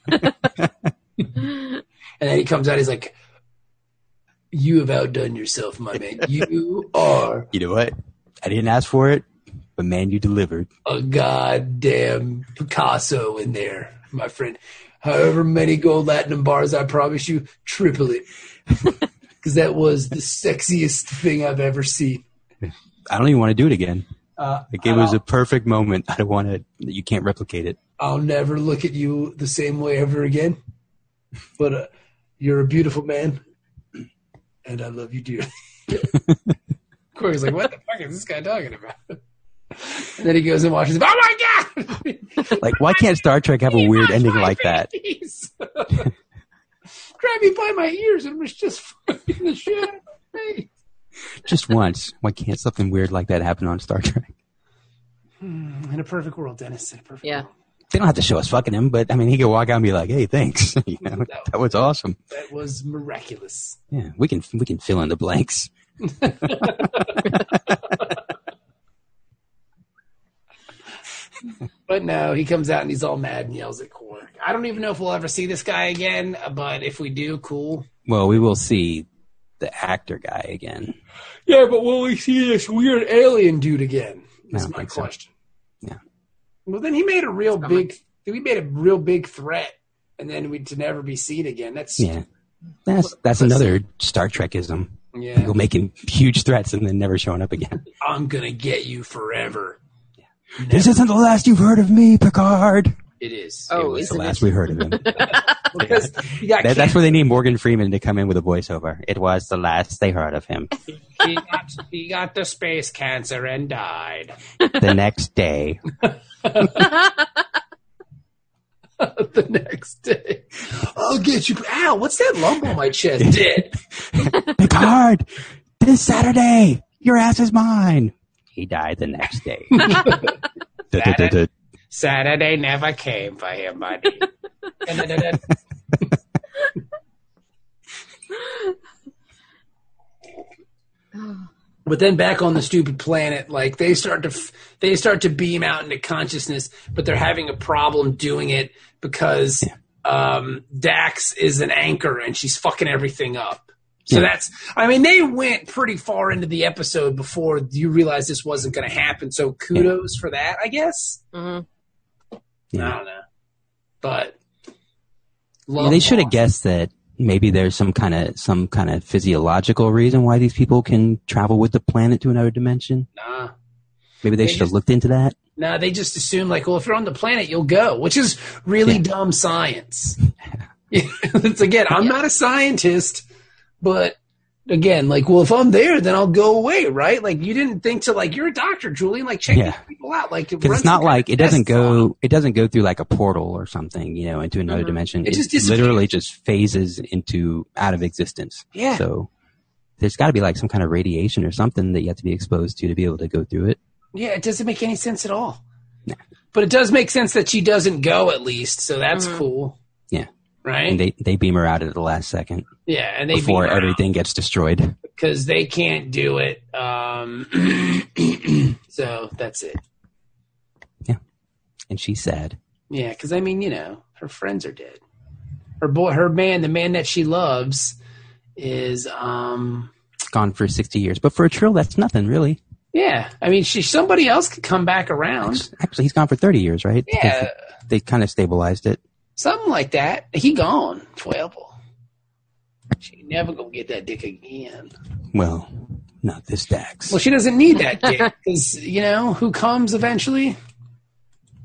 S1: it. and then he comes out. He's like, "You have outdone yourself, my man. You are
S4: You know what? I didn't ask for it, but man, you delivered.
S1: a goddamn Picasso in there, my friend. However many gold latinum bars, I promise you, triple it." Because that was the sexiest thing I've ever seen.
S4: I don't even want to do it again.
S1: Uh,
S4: Like it was a perfect moment. I don't want to. You can't replicate it.
S1: I'll never look at you the same way ever again. But uh, you're a beautiful man, and I love you dearly. Corey's like, what the fuck is this guy talking about? And then he goes and watches. Oh my god!
S4: Like, why can't Star Trek have a weird ending like that?
S1: Jeez. Grab me by my ears and was just fucking the shit out of my face.
S4: Just once. Why can't something weird like that happen on Star Trek?
S1: In a perfect world, Dennis. In a perfect
S3: Yeah.
S1: world.
S4: they don't have to show us fucking him, but I mean, he could walk out and be like, "Hey, thanks. you know,
S1: No.
S4: that was awesome.
S1: That was miraculous.
S4: Yeah, we can we can fill in the blanks."
S1: But no, he comes out and he's all mad and yells at Quark. I don't even know if we'll ever see this guy again, but if we do, cool.
S4: Well, we will see the actor guy again.
S1: Yeah, but will we see this weird alien dude again? That's
S4: don't
S1: my
S4: think so.
S1: question.
S4: Yeah.
S1: Well, then he made a real
S3: Stomach.
S1: big. We made a real big threat, and then we'd to never be seen again. That's
S4: Yeah, that's that's another Star Trekism.
S1: yeah.
S4: People making huge threats and then never showing up again.
S1: I'm gonna get you forever.
S4: This isn't the last you've heard of me, Picard.
S1: It is
S3: Oh,
S4: it was the
S3: isn't
S4: last
S3: it?
S4: we heard of him.
S1: because he got
S4: That- that's
S1: kidnapped.
S4: where they need Morgan Freeman to come in with a voiceover. It was the last they heard of him.
S1: he got, he got the space cancer and died.
S4: The next day,
S1: the next day. I'll get you. Ow, what's that lump on my chest? Dead.
S4: Picard, this Saturday, your ass is mine. He died the next day. Du-du-du-du.
S1: Saturday never came for him, buddy. but then back on the stupid planet, like they start to f- they start to beam out into consciousness, but they're having a problem doing it because um, Dax is an anchor and she's fucking everything up. So
S4: Yeah.
S1: that's I mean they went pretty far into the episode before you realized this wasn't going to happen. So kudos for that, I guess.
S3: Mhm.
S1: I
S4: Yeah.
S1: don't know. But
S4: Yeah, they should have guessed that maybe there's some kind of some kind of physiological reason why these people can travel with the planet to another dimension.
S1: Nah.
S4: Maybe they
S1: They
S4: should have
S1: just-
S4: looked into that.
S1: Nah, they just assume like, well, if you're on the planet, you'll go, which is really
S4: Yeah.
S1: dumb science. it's again, I'm not a scientist, but again, like, well, if I'm there, then I'll go away, right? Like, you didn't think to like, you're a doctor, Julian, like check
S4: Yeah.
S1: these people out, like,
S4: Because it's not like it doesn't go it doesn't go through like a portal or something, you know, into another
S3: Mhm.
S4: dimension.
S1: Mm-hmm. It just
S4: literally just phases into out of existence.
S1: Yeah.
S4: So there's got to be like some kind of radiation or something that you have to be exposed to to be able to go through it.
S1: Yeah, it doesn't make any sense at all. But it does make sense that she doesn't go at least, so that's
S3: Mhm.
S1: cool.
S4: Mm-hmm. Yeah.
S1: Right.
S4: And they they beam her out at the last second
S1: yeah, and they
S4: before
S1: beam her out.
S4: everything gets destroyed.
S1: because they can't do it. Um, so that's it.
S4: And she's sad.
S1: Yeah, because I mean, you know, her friends are dead. Her boy, her man, the man that she loves, is um.
S4: Gone for sixty years, but for a trill, that's nothing really.
S1: Yeah, I mean, she somebody else could come back around.
S4: Actually, he's gone for thirty years, right? Because
S1: Yeah,
S4: they kind of stabilized it.
S1: something like that. He gone forever. She never gonna get that dick again.
S4: Well, not this Dax.
S1: Well, she doesn't need that dick because you know who comes eventually.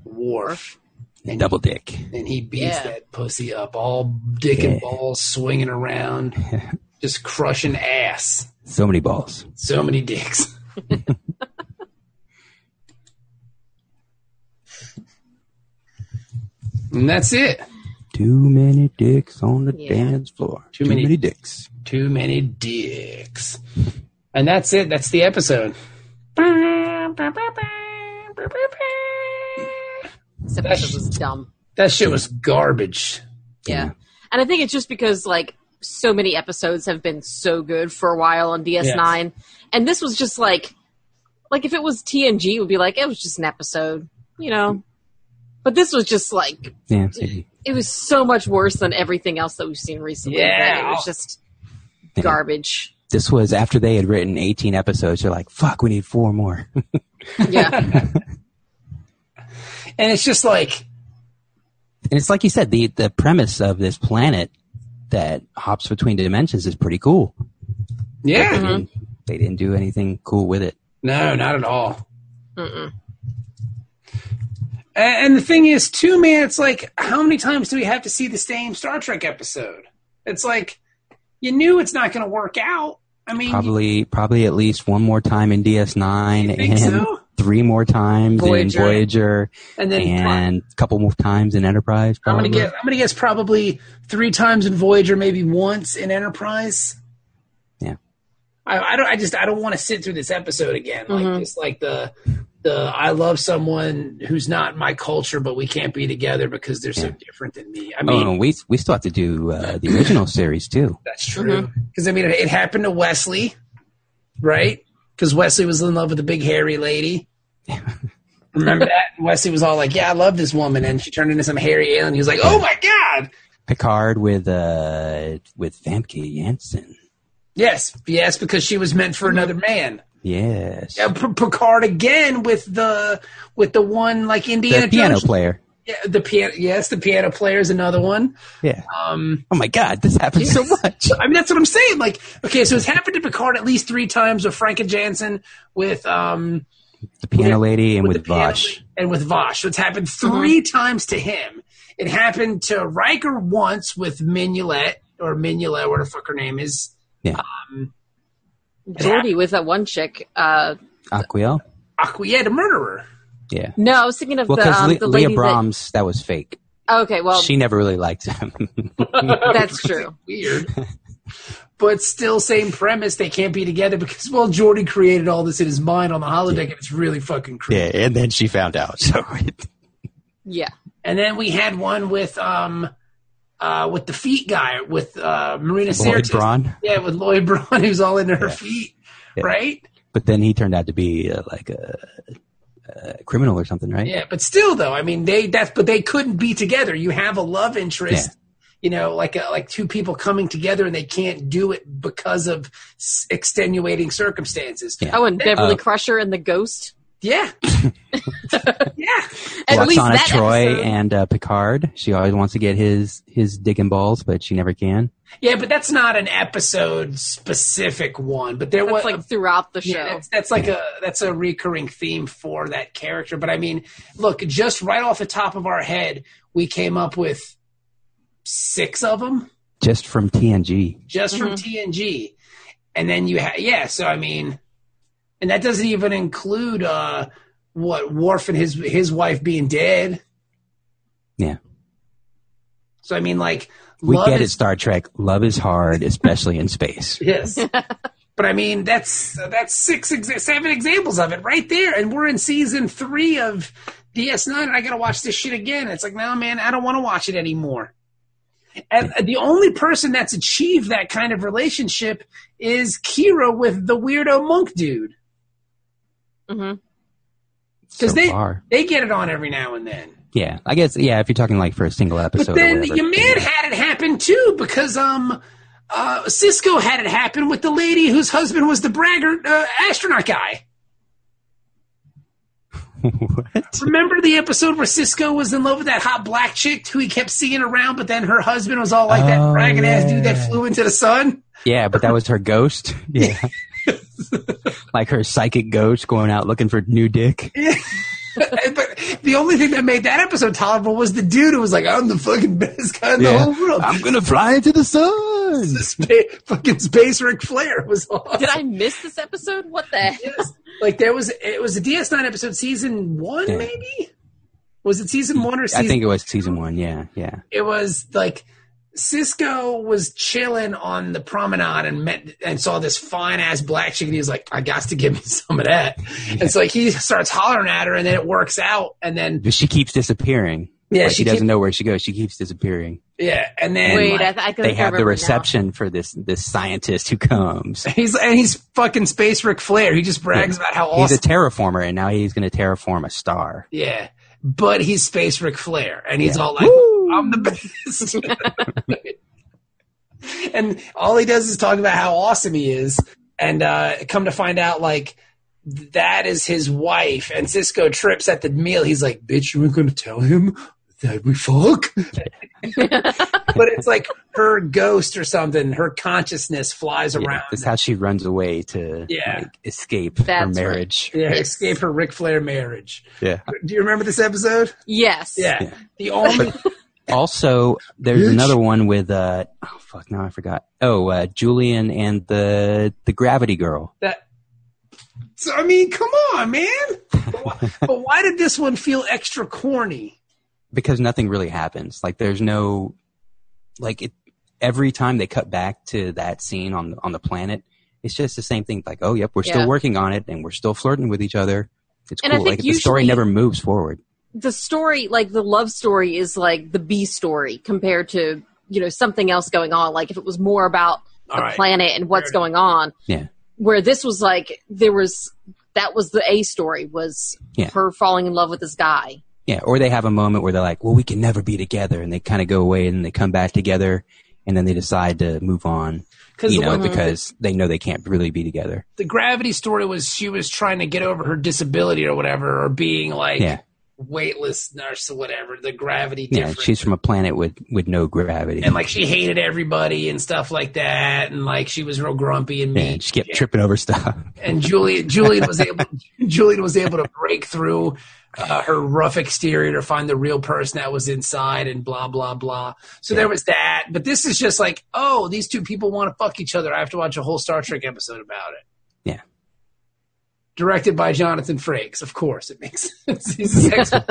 S1: Worf. And
S4: Double dick.
S1: and he beats
S3: Yeah.
S1: that pussy up, all dick
S4: Yeah.
S1: and balls swinging around, just crushing ass.
S4: So many balls.
S1: So many dicks. and that's it.
S4: Too many dicks on the
S3: Yeah.
S4: dance floor.
S1: Too many-
S4: dicks.
S1: Too many dicks. And that's it. That's the episode.
S3: This episode was dumb.
S1: That shit was garbage.
S3: Yeah. And I think it's just because like so many episodes have been so good for a while on DS9 and this was just like like if it was TNG it would be like it was just an episode, you know. But this was just like
S4: Yeah. maybe.
S3: it was so much worse than everything else that we've seen recently.
S1: Yeah.
S3: That It was just
S4: Yeah.
S3: garbage.
S4: This was after they had written 18 episodes. They're like, fuck, we need four more.
S3: Yeah.
S1: And it's just like,
S4: And it's like you said, the, the premise of this planet that hops between dimensions is pretty cool.
S1: yeah.
S4: They, didn't, they didn't do anything cool with it.
S1: No, not at all.
S3: Mm-mm.
S1: A- And the thing is, too, man, it's like, how many times do we have to see the same Star Trek episode? It's like, you knew it's not going to work out. I mean,
S4: Probably, probably at least one more time in DS9
S1: You think
S4: and
S1: so?
S4: three more times
S3: Voyager.
S4: in Voyager
S1: and then
S4: and a couple more times in Enterprise.
S1: I'm
S4: Probably.
S1: going to guess, I'm going to guess probably three times in Voyager, maybe once in Enterprise.
S4: Yeah.
S1: I, I don't. I just. I don't want to sit through this episode again. Like just like the the I love someone who's not my culture, but we can't be together because they're so
S4: Yeah.
S1: different than me. I
S4: Oh,
S1: mean,
S4: no, we we still have to do uh, the original series too.
S1: that's true.
S4: Mm-hmm.
S1: Because I mean, it, it happened to Wesley, right? Because Wesley was in love with the big hairy lady. Remember that? And Wesley was all like, "Yeah, I love this woman," and she turned into some hairy alien. He was like, "Oh my god!"
S4: Picard with uh with Famke Janssen.
S1: Yes, yes, because she was meant for another man.
S4: Yes,
S1: Yeah, P- Picard again with the with the one like Indiana
S4: the piano
S1: Jones.
S4: player.
S1: Yeah, the piano. Yes, the piano player is another one.
S4: Yeah.
S1: Um,
S4: Oh my God, this happens so much.
S1: I mean, that's what I'm saying. Like, okay, so it's happened to Picard at least three times with Frank and Jansen, with um,
S4: The piano lady and
S1: with,
S4: with,
S1: the piano
S4: Vosh.
S1: lady and with Vosh. So it's happened 3 times to him. It happened to Riker once with Minulet or Minulet, whatever the fuck her name is.
S4: Yeah,
S3: Jordy with that one chick. Uh,
S4: Aquiel.
S1: Aquia, the murderer.
S4: Yeah.
S3: no, I was thinking of
S4: Well,
S3: the,
S4: because
S3: um, the
S4: Leah
S3: lady
S4: Brahms, that was fake.
S3: that. Okay, well,
S4: she never really liked him.
S3: that's true.
S1: Weird. But still, same premise. They can't be together because, well, Jordy created all this in his mind on the holodeck, and it's really fucking creepy.
S4: yeah, and then she found out. So it,
S3: Yeah.
S1: And then we had one with um uh with the feet guy with uh Marina
S4: Lloyd
S1: Sirtis.
S4: Braun.
S1: Yeah, with Lloyd Braun who's all into her
S4: Yeah.
S1: feet.
S4: Yeah.
S1: Right?
S4: But then he turned out to be uh, like a, a criminal or something, right?
S1: Yeah, but still though, I mean they that's but they couldn't be together. You have a love interest. You know, like a, like two people coming together and they can't do it because of s- extenuating circumstances.
S4: Yeah.
S3: Oh, and Beverly
S4: Uh,
S3: Crusher and the Ghost.
S1: Yeah. yeah.
S3: At least
S4: Roxana
S3: that
S4: Troy
S3: episode.
S4: and uh, Picard. She always wants to get his his dick and balls, but she never can.
S1: Yeah, but that's not an episode specific one, but there
S3: That's
S1: was
S3: like throughout the show.
S1: Yeah, that's, that's like a that's a recurring theme for that character. But I mean, look, just right off the top of our head, we came up with six of them
S4: Just from TNG.
S1: just from TNG, and then you ha- yeah. So I mean, and that doesn't even include uh what Worf and his his wife being dead.
S4: Yeah.
S1: So I mean, like
S4: We
S1: love
S4: get it,
S1: is-
S4: Star Trek. Love is hard, especially in space.
S1: Yes. But I mean, that's that's six, exa- seven examples of it right there, and we're in season three of DS9, and I gotta watch this shit again. It's like, no, man, I don't want to watch it anymore. And the only person that's achieved that kind of relationship is Kira with the weirdo monk dude,
S3: hmm
S4: So
S1: because they
S4: far.
S1: they get it on every now and then.
S4: Yeah, I guess. Yeah, if you're talking like for a single episode.
S1: But
S4: or
S1: then
S4: whatever.
S1: your man had it happen too, because um, uh, Cisco had it happen with the lady whose husband was the braggart uh, astronaut guy.
S4: what?
S1: Remember the episode where Cisco was in love with that hot black chick who he kept seeing around, but then her husband was all like that
S4: Oh,
S1: ragged ass dude
S4: yeah.
S1: that flew into the sun?
S4: Yeah, but that was her ghost. Yeah. like her psychic ghost going out looking for new dick.
S1: but the only thing that made that episode tolerable was the dude who was like, I'm the fucking best guy in the
S4: Yeah.
S1: whole world.
S4: I'm gonna fly into the sun.
S1: Spa- fucking Space Ric Flair was awesome.
S3: Did I miss this episode? What the heck?
S1: Yes. Like there was, it was a DS9 episode, season one,
S4: Yeah.
S1: maybe? Was it season one or season
S4: I think it was season one. Yeah, yeah.
S1: it was like Cisco was chilling on the promenade and met and saw this fine ass black chick and he was like, I got to give me some of that. And so like he starts hollering at her and then it works out and then
S4: But she keeps disappearing.
S1: Yeah,
S4: Like,
S1: she
S4: she, doesn't
S1: keep-
S4: know where she goes. She keeps disappearing.
S1: yeah, and then
S3: Wait,
S1: like,
S3: I, th- I think I
S4: they have the
S3: remember now.
S4: reception for this this scientist who comes.
S1: he's and he's fucking space Ric Flair. He just brags about how
S4: He's
S1: awesome
S4: a terraformer, and now he's going to terraform a star.
S1: Yeah. But he's space Ric Flair and he's all like I'm the best. and all he does is talk about how awesome he is. And uh, come to find out, like, that is his wife. And Cisco trips at the meal. He's like, bitch, you weren't going to tell him that we fuck? but it's like her ghost or something. Her consciousness flies
S4: Yeah,
S1: around.
S4: that's how she runs away to
S1: Yeah.
S4: like, escape her
S3: That's right.
S4: marriage.
S1: Yeah, escape her Ric Flair marriage.
S4: Yeah.
S1: Do you remember this episode?
S3: Yes.
S1: Yeah.
S4: Yeah.
S1: The only
S4: Also, there's
S1: Bitch.
S4: another one with uh oh fuck now I forgot. Oh, uh, Julian and the the Gravity Girl.
S1: that. So I mean, come on, man. But why, but why did this one feel extra corny?
S4: because nothing really happens. Like there's no, like it, every time they cut back to that scene on on the planet, it's just the same thing. Like, oh, yep, we're
S3: Yeah.
S4: still working on it and we're still flirting with each other. It's
S3: And I
S4: cool.
S3: think
S4: Like the story
S3: usually-
S4: never moves forward.
S3: the story, like the love story, is like the B story compared to you know something else going on. Like if it was more about the
S1: All right.
S3: planet and what's
S1: Fair
S3: going on.
S4: Yeah.
S3: Where this was like there was that was the A story was
S4: Yeah.
S3: her falling in love with this guy.
S4: Yeah. Or they have a moment where they're like, well, we can never be together. And they kind of go away and they come back together and then they decide to move on,
S1: Because
S4: you
S1: the,
S4: know,
S1: one-
S4: because they know they can't really be together.
S1: the gravity story was she was trying to get over her disability or whatever, or being like
S4: Yeah.
S1: weightless nurse or whatever. The gravity
S4: Yeah.
S1: difference.
S4: She's from a planet with, with no gravity.
S1: and like she hated everybody and stuff like that, and like she was real grumpy and mean.
S4: and she kept tripping over stuff.
S1: and Julian Julian was able Julian was able to break through uh, her rough exterior to find the real person that was inside and blah blah blah. So there was that, but this is just like, oh, these two people want to fuck each other. I have to watch a whole Star Trek episode about it.
S4: Yeah.
S1: Directed by Jonathan Frakes, of course it makes sense. He's a sex,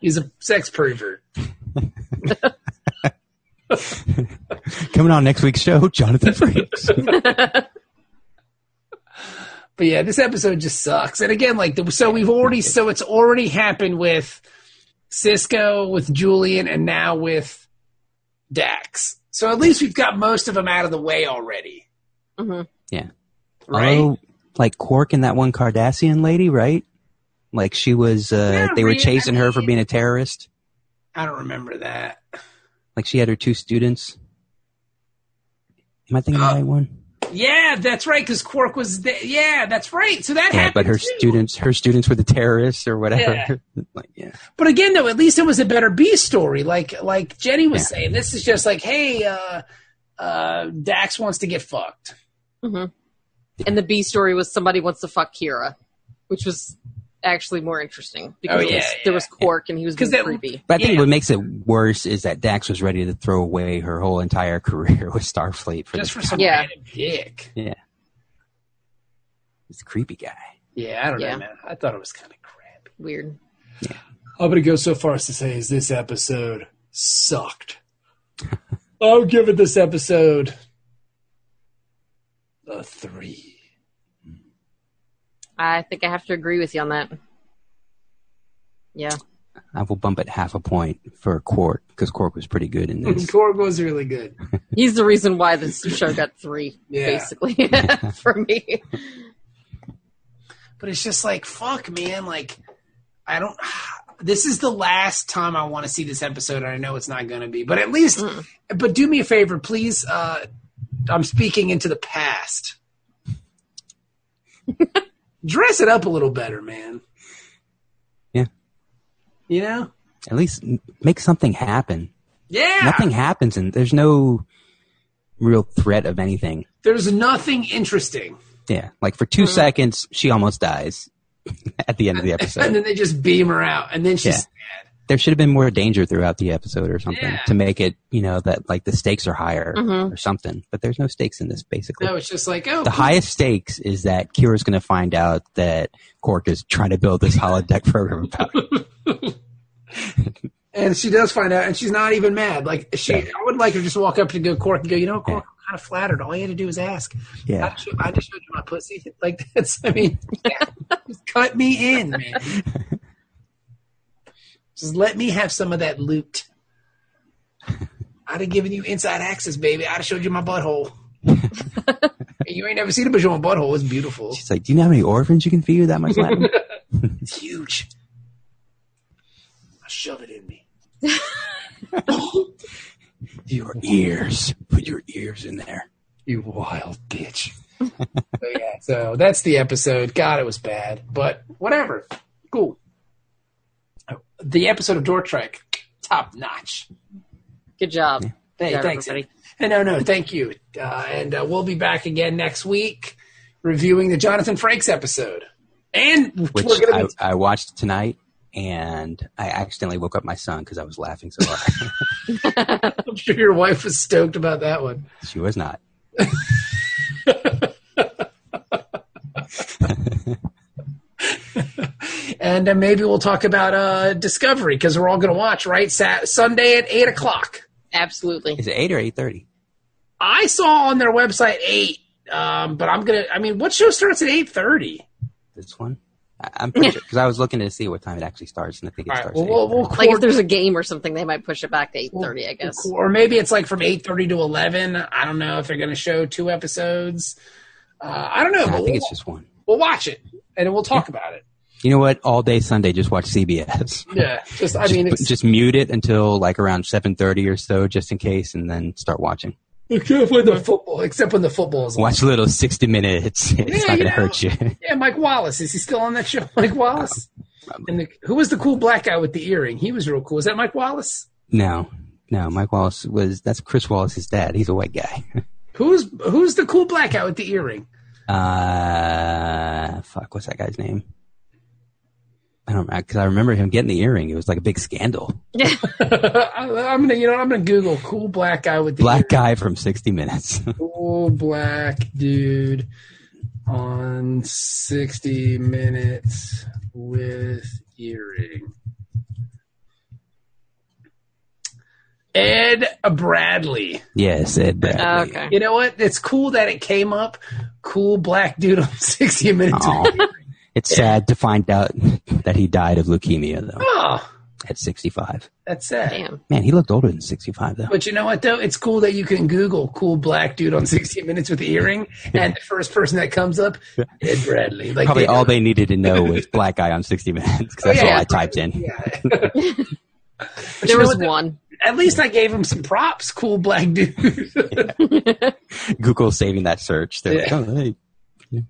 S1: he's a sex pervert.
S4: Coming on next week's show, Jonathan Frakes.
S1: But yeah, this episode just sucks. And again, like, the, so we've already, so it's already happened with Cisco, with Julian, and now with Dax. So at least we've got most of them out of the way already,
S3: hmm
S4: Mm-hmm.
S1: right?
S4: Although, Oh, like Quark and that one Cardassian lady, right? Like she was, uh,
S1: Yeah,
S4: they were
S1: really, I
S4: chasing her for
S1: mean-
S4: being a terrorist.
S1: I don't remember that.
S4: Like she had her two students. Am I thinking of the
S1: Uh,
S4: right one?
S1: Yeah, that's right, because Quark was there. Yeah, that's right. So that
S4: Yeah,
S1: happened.
S4: but her
S1: too.
S4: students, her students were the terrorists or whatever. like, yeah.
S1: But again, though, at least it was a better B story. Like, like Jenny was saying, this is just like, hey, uh, uh, Dax wants to get fucked.
S3: And the B story was somebody wants to fuck Kira, which was actually more interesting because
S1: Oh, yeah,
S3: there, was, there was Quark and he was
S1: 'Cause
S3: being
S1: that-
S3: creepy.
S4: But I think
S1: Yeah.
S4: what makes it worse is that Dax was ready to throw away her whole entire career with Starfleet for
S1: Just for
S4: this,
S1: some
S3: Yeah.
S1: random dick.
S4: this creepy guy.
S1: Yeah, I don't
S3: Yeah.
S1: know, man. I thought it was kind of crappy.
S3: Weird.
S1: I'm gonna go so far as to say is this episode sucked. I'll give it this episode a three.
S3: I think I have to agree with you on that. Yeah.
S4: I will bump it half a point for Quark because Quark was pretty good in this.
S1: Korg was really good.
S3: He's the reason why this show got three,
S1: Yeah.
S3: basically, for me.
S1: But it's just like fuck man, like I don't this is the last time I want to see this episode, and I know it's not gonna be. But at least but do me a favor, please uh I'm speaking into the past. Dress it up a little better, man.
S4: Yeah.
S1: You know?
S4: At least m- make something happen.
S1: Yeah.
S4: Nothing happens, and there's no real threat of anything.
S1: There's nothing interesting.
S4: Yeah, like for 2
S1: Mm-hmm.
S4: seconds, she almost dies at the end of the
S1: And
S4: episode.
S1: then they just beam her out. And then she's
S4: there should have been more danger throughout the episode or something
S1: Yeah. Mm-hmm.
S4: to make it, you know, that like the stakes are higher
S3: Mhm.
S4: or something. But there's no stakes in this, basically.
S1: no, it's just like, oh,
S4: The highest stakes is that Kira's going to find out that Cork is trying to build this holodeck program about her.
S1: and she does find out, and she's not even mad. Like she, I would like her to just walk up to go Cork and go, you know, Cork, I'm kind of flattered. All you had to do was ask. I
S4: Yeah.
S1: just, I just showed you my pussy. Like that's, I mean, just cut me in, man. Just let me have some of that loot. I'd have given you inside access, baby. I'd have showed you my butthole. And you ain't never seen a Bajon butthole. It's beautiful.
S4: She's like, do you know how many orphans you can feed with that much Latin?
S1: It's huge. I shove it in me.
S4: your ears. Put your ears in there.
S1: You wild bitch. so, yeah, so that's the episode. God, it was bad, but whatever. Cool. The episode of Door Trek, top notch.
S3: Good job.
S1: Hey,
S3: Yeah,
S1: thanks.
S3: everybody.
S1: Hey, No, no, thank you. Uh, and uh, we'll be back again next week reviewing the Jonathan Frakes episode. And
S4: Which
S1: we're
S4: I,
S1: going to
S4: I watched tonight and I accidentally woke up my son because I was laughing so hard.
S1: I'm sure your wife was stoked about that one.
S4: she was not.
S1: and uh, maybe we'll talk about uh, Discovery because we're all going to watch right Sat- Sunday at eight o'clock.
S3: Absolutely.
S4: Is it 8 or 8.30?
S1: I saw on their website eight, um, but I'm gonna. I mean, what show starts at eight thirty?
S4: This one? I- I'm pretty sure because I was looking to see what time it actually starts, and I think it
S1: All right.
S4: starts.
S1: Well, we'll,
S4: at 8:30.
S1: we'll
S3: Like if
S1: coordinate-
S3: there's a game or something, they might push it back to eight thirty. I guess.
S1: or maybe it's like from 8.30 to 11 i don't know if they're going to show two episodes uh, i don't know
S4: No,
S1: but
S4: I think
S1: we'll,
S4: it's just one.
S1: we'll watch it and we'll talk about it
S4: You know what? All day Sunday, just watch CBS.
S1: yeah just i mean
S4: just,
S1: it's,
S4: just mute it until like around 7:30 or so, just in case, and then start watching.
S1: except when the football except when the football is on.
S4: Watch little 60 minutes. It's
S1: Yeah,
S4: not
S1: you
S4: gonna
S1: know.
S4: hurt you.
S1: yeah mike wallace is he still on that show mike wallace
S4: probably.
S1: and the, who was the cool black guy with the earring he was real cool is that mike wallace
S4: no, no. Mike Wallace was that's Chris Wallace's dad. He's a white guy.
S1: who's who's the cool black guy with the earring
S4: Uh, fuck, what's that guy's name? I don't know because I remember him getting the earring. It was like a big scandal.
S1: I, i'm gonna you know what, i'm gonna google cool black guy with the
S4: Black guy from 60 Minutes.
S1: cool black dude on 60 minutes with earring. Ed Bradley.
S4: yes, Ed Bradley.
S3: okay.
S1: You know what? It's cool that it came up. Cool black dude on 60 minutes.
S4: Aw. It's sad to find out that he died of leukemia though
S1: Oh,
S4: at 65.
S1: that's sad.
S3: Damn.
S4: Man, he looked older than 65 though.
S1: But you know what though? It's cool that you can Google cool black dude on 60 minutes with earring, and the first person that comes up, Ed Bradley. Like
S4: Probably
S1: they know-
S4: all they needed to know was black guy on 60 Minutes because that's
S1: Oh, yeah,
S4: all I
S1: yeah.
S4: typed in.
S1: Yeah. But you
S3: There
S1: know
S3: was
S1: what, though?
S3: one.
S1: At least I gave him some props, cool black dude.
S4: Google saving that search. They're
S1: Yeah.
S4: like, oh, hey, yeah.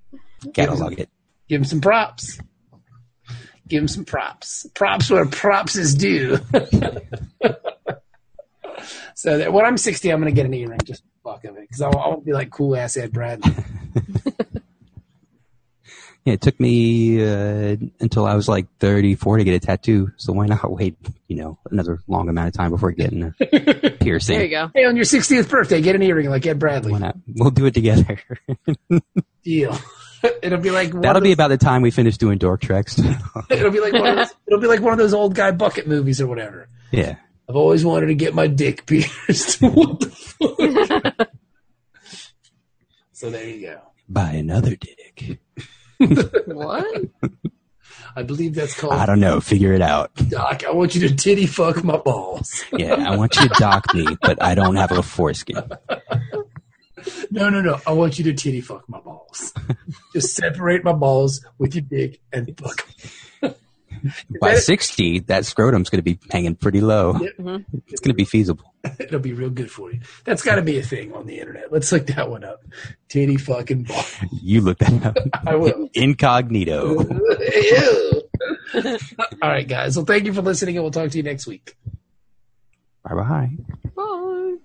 S4: catalog it.
S1: Give him some props. Give him some props. Props where props is due. so that when I'm 60, I'm going to get an earring. Just fuck of it. Because I want to be like cool ass Ed Bradley.
S4: Yeah, it took me uh, until I was like 34 to get a tattoo. So why not wait, you know, another long amount of time before getting a piercing?
S3: There you go.
S1: hey, on your 60th birthday, get an earring like Ed Bradley.
S4: Why not? We'll do it together.
S1: Deal. it'll be like one
S4: That'll
S1: of
S4: be
S1: those-
S4: about the time we finish doing dork treks.
S1: it'll be like one of those, it'll be like one of those old guy bucket movies or whatever.
S4: yeah.
S1: I've always wanted to get my dick pierced. what the fuck? so there you go.
S4: Buy another dick.
S3: What?
S1: I believe that's called
S4: I don't know. Figure it out.
S1: Doc. I want you to titty fuck my balls.
S4: Yeah, I want you to dock me, but I don't have a foreskin.
S1: No, no, no. I want you to titty fuck my balls. Just separate my balls with your dick and fuck. 'em.
S4: By 60, that scrotum's going to be hanging pretty low. It's going to be feasible.
S1: It'll be real good for you. That's got to be a thing on the internet. Let's look that one up. Titty fucking balls.
S4: You look that up.
S1: I will.
S4: Incognito.
S1: Ew. All right, guys. Well, thank you for listening, and we'll talk to you next week.
S4: Bye bye.
S3: Bye.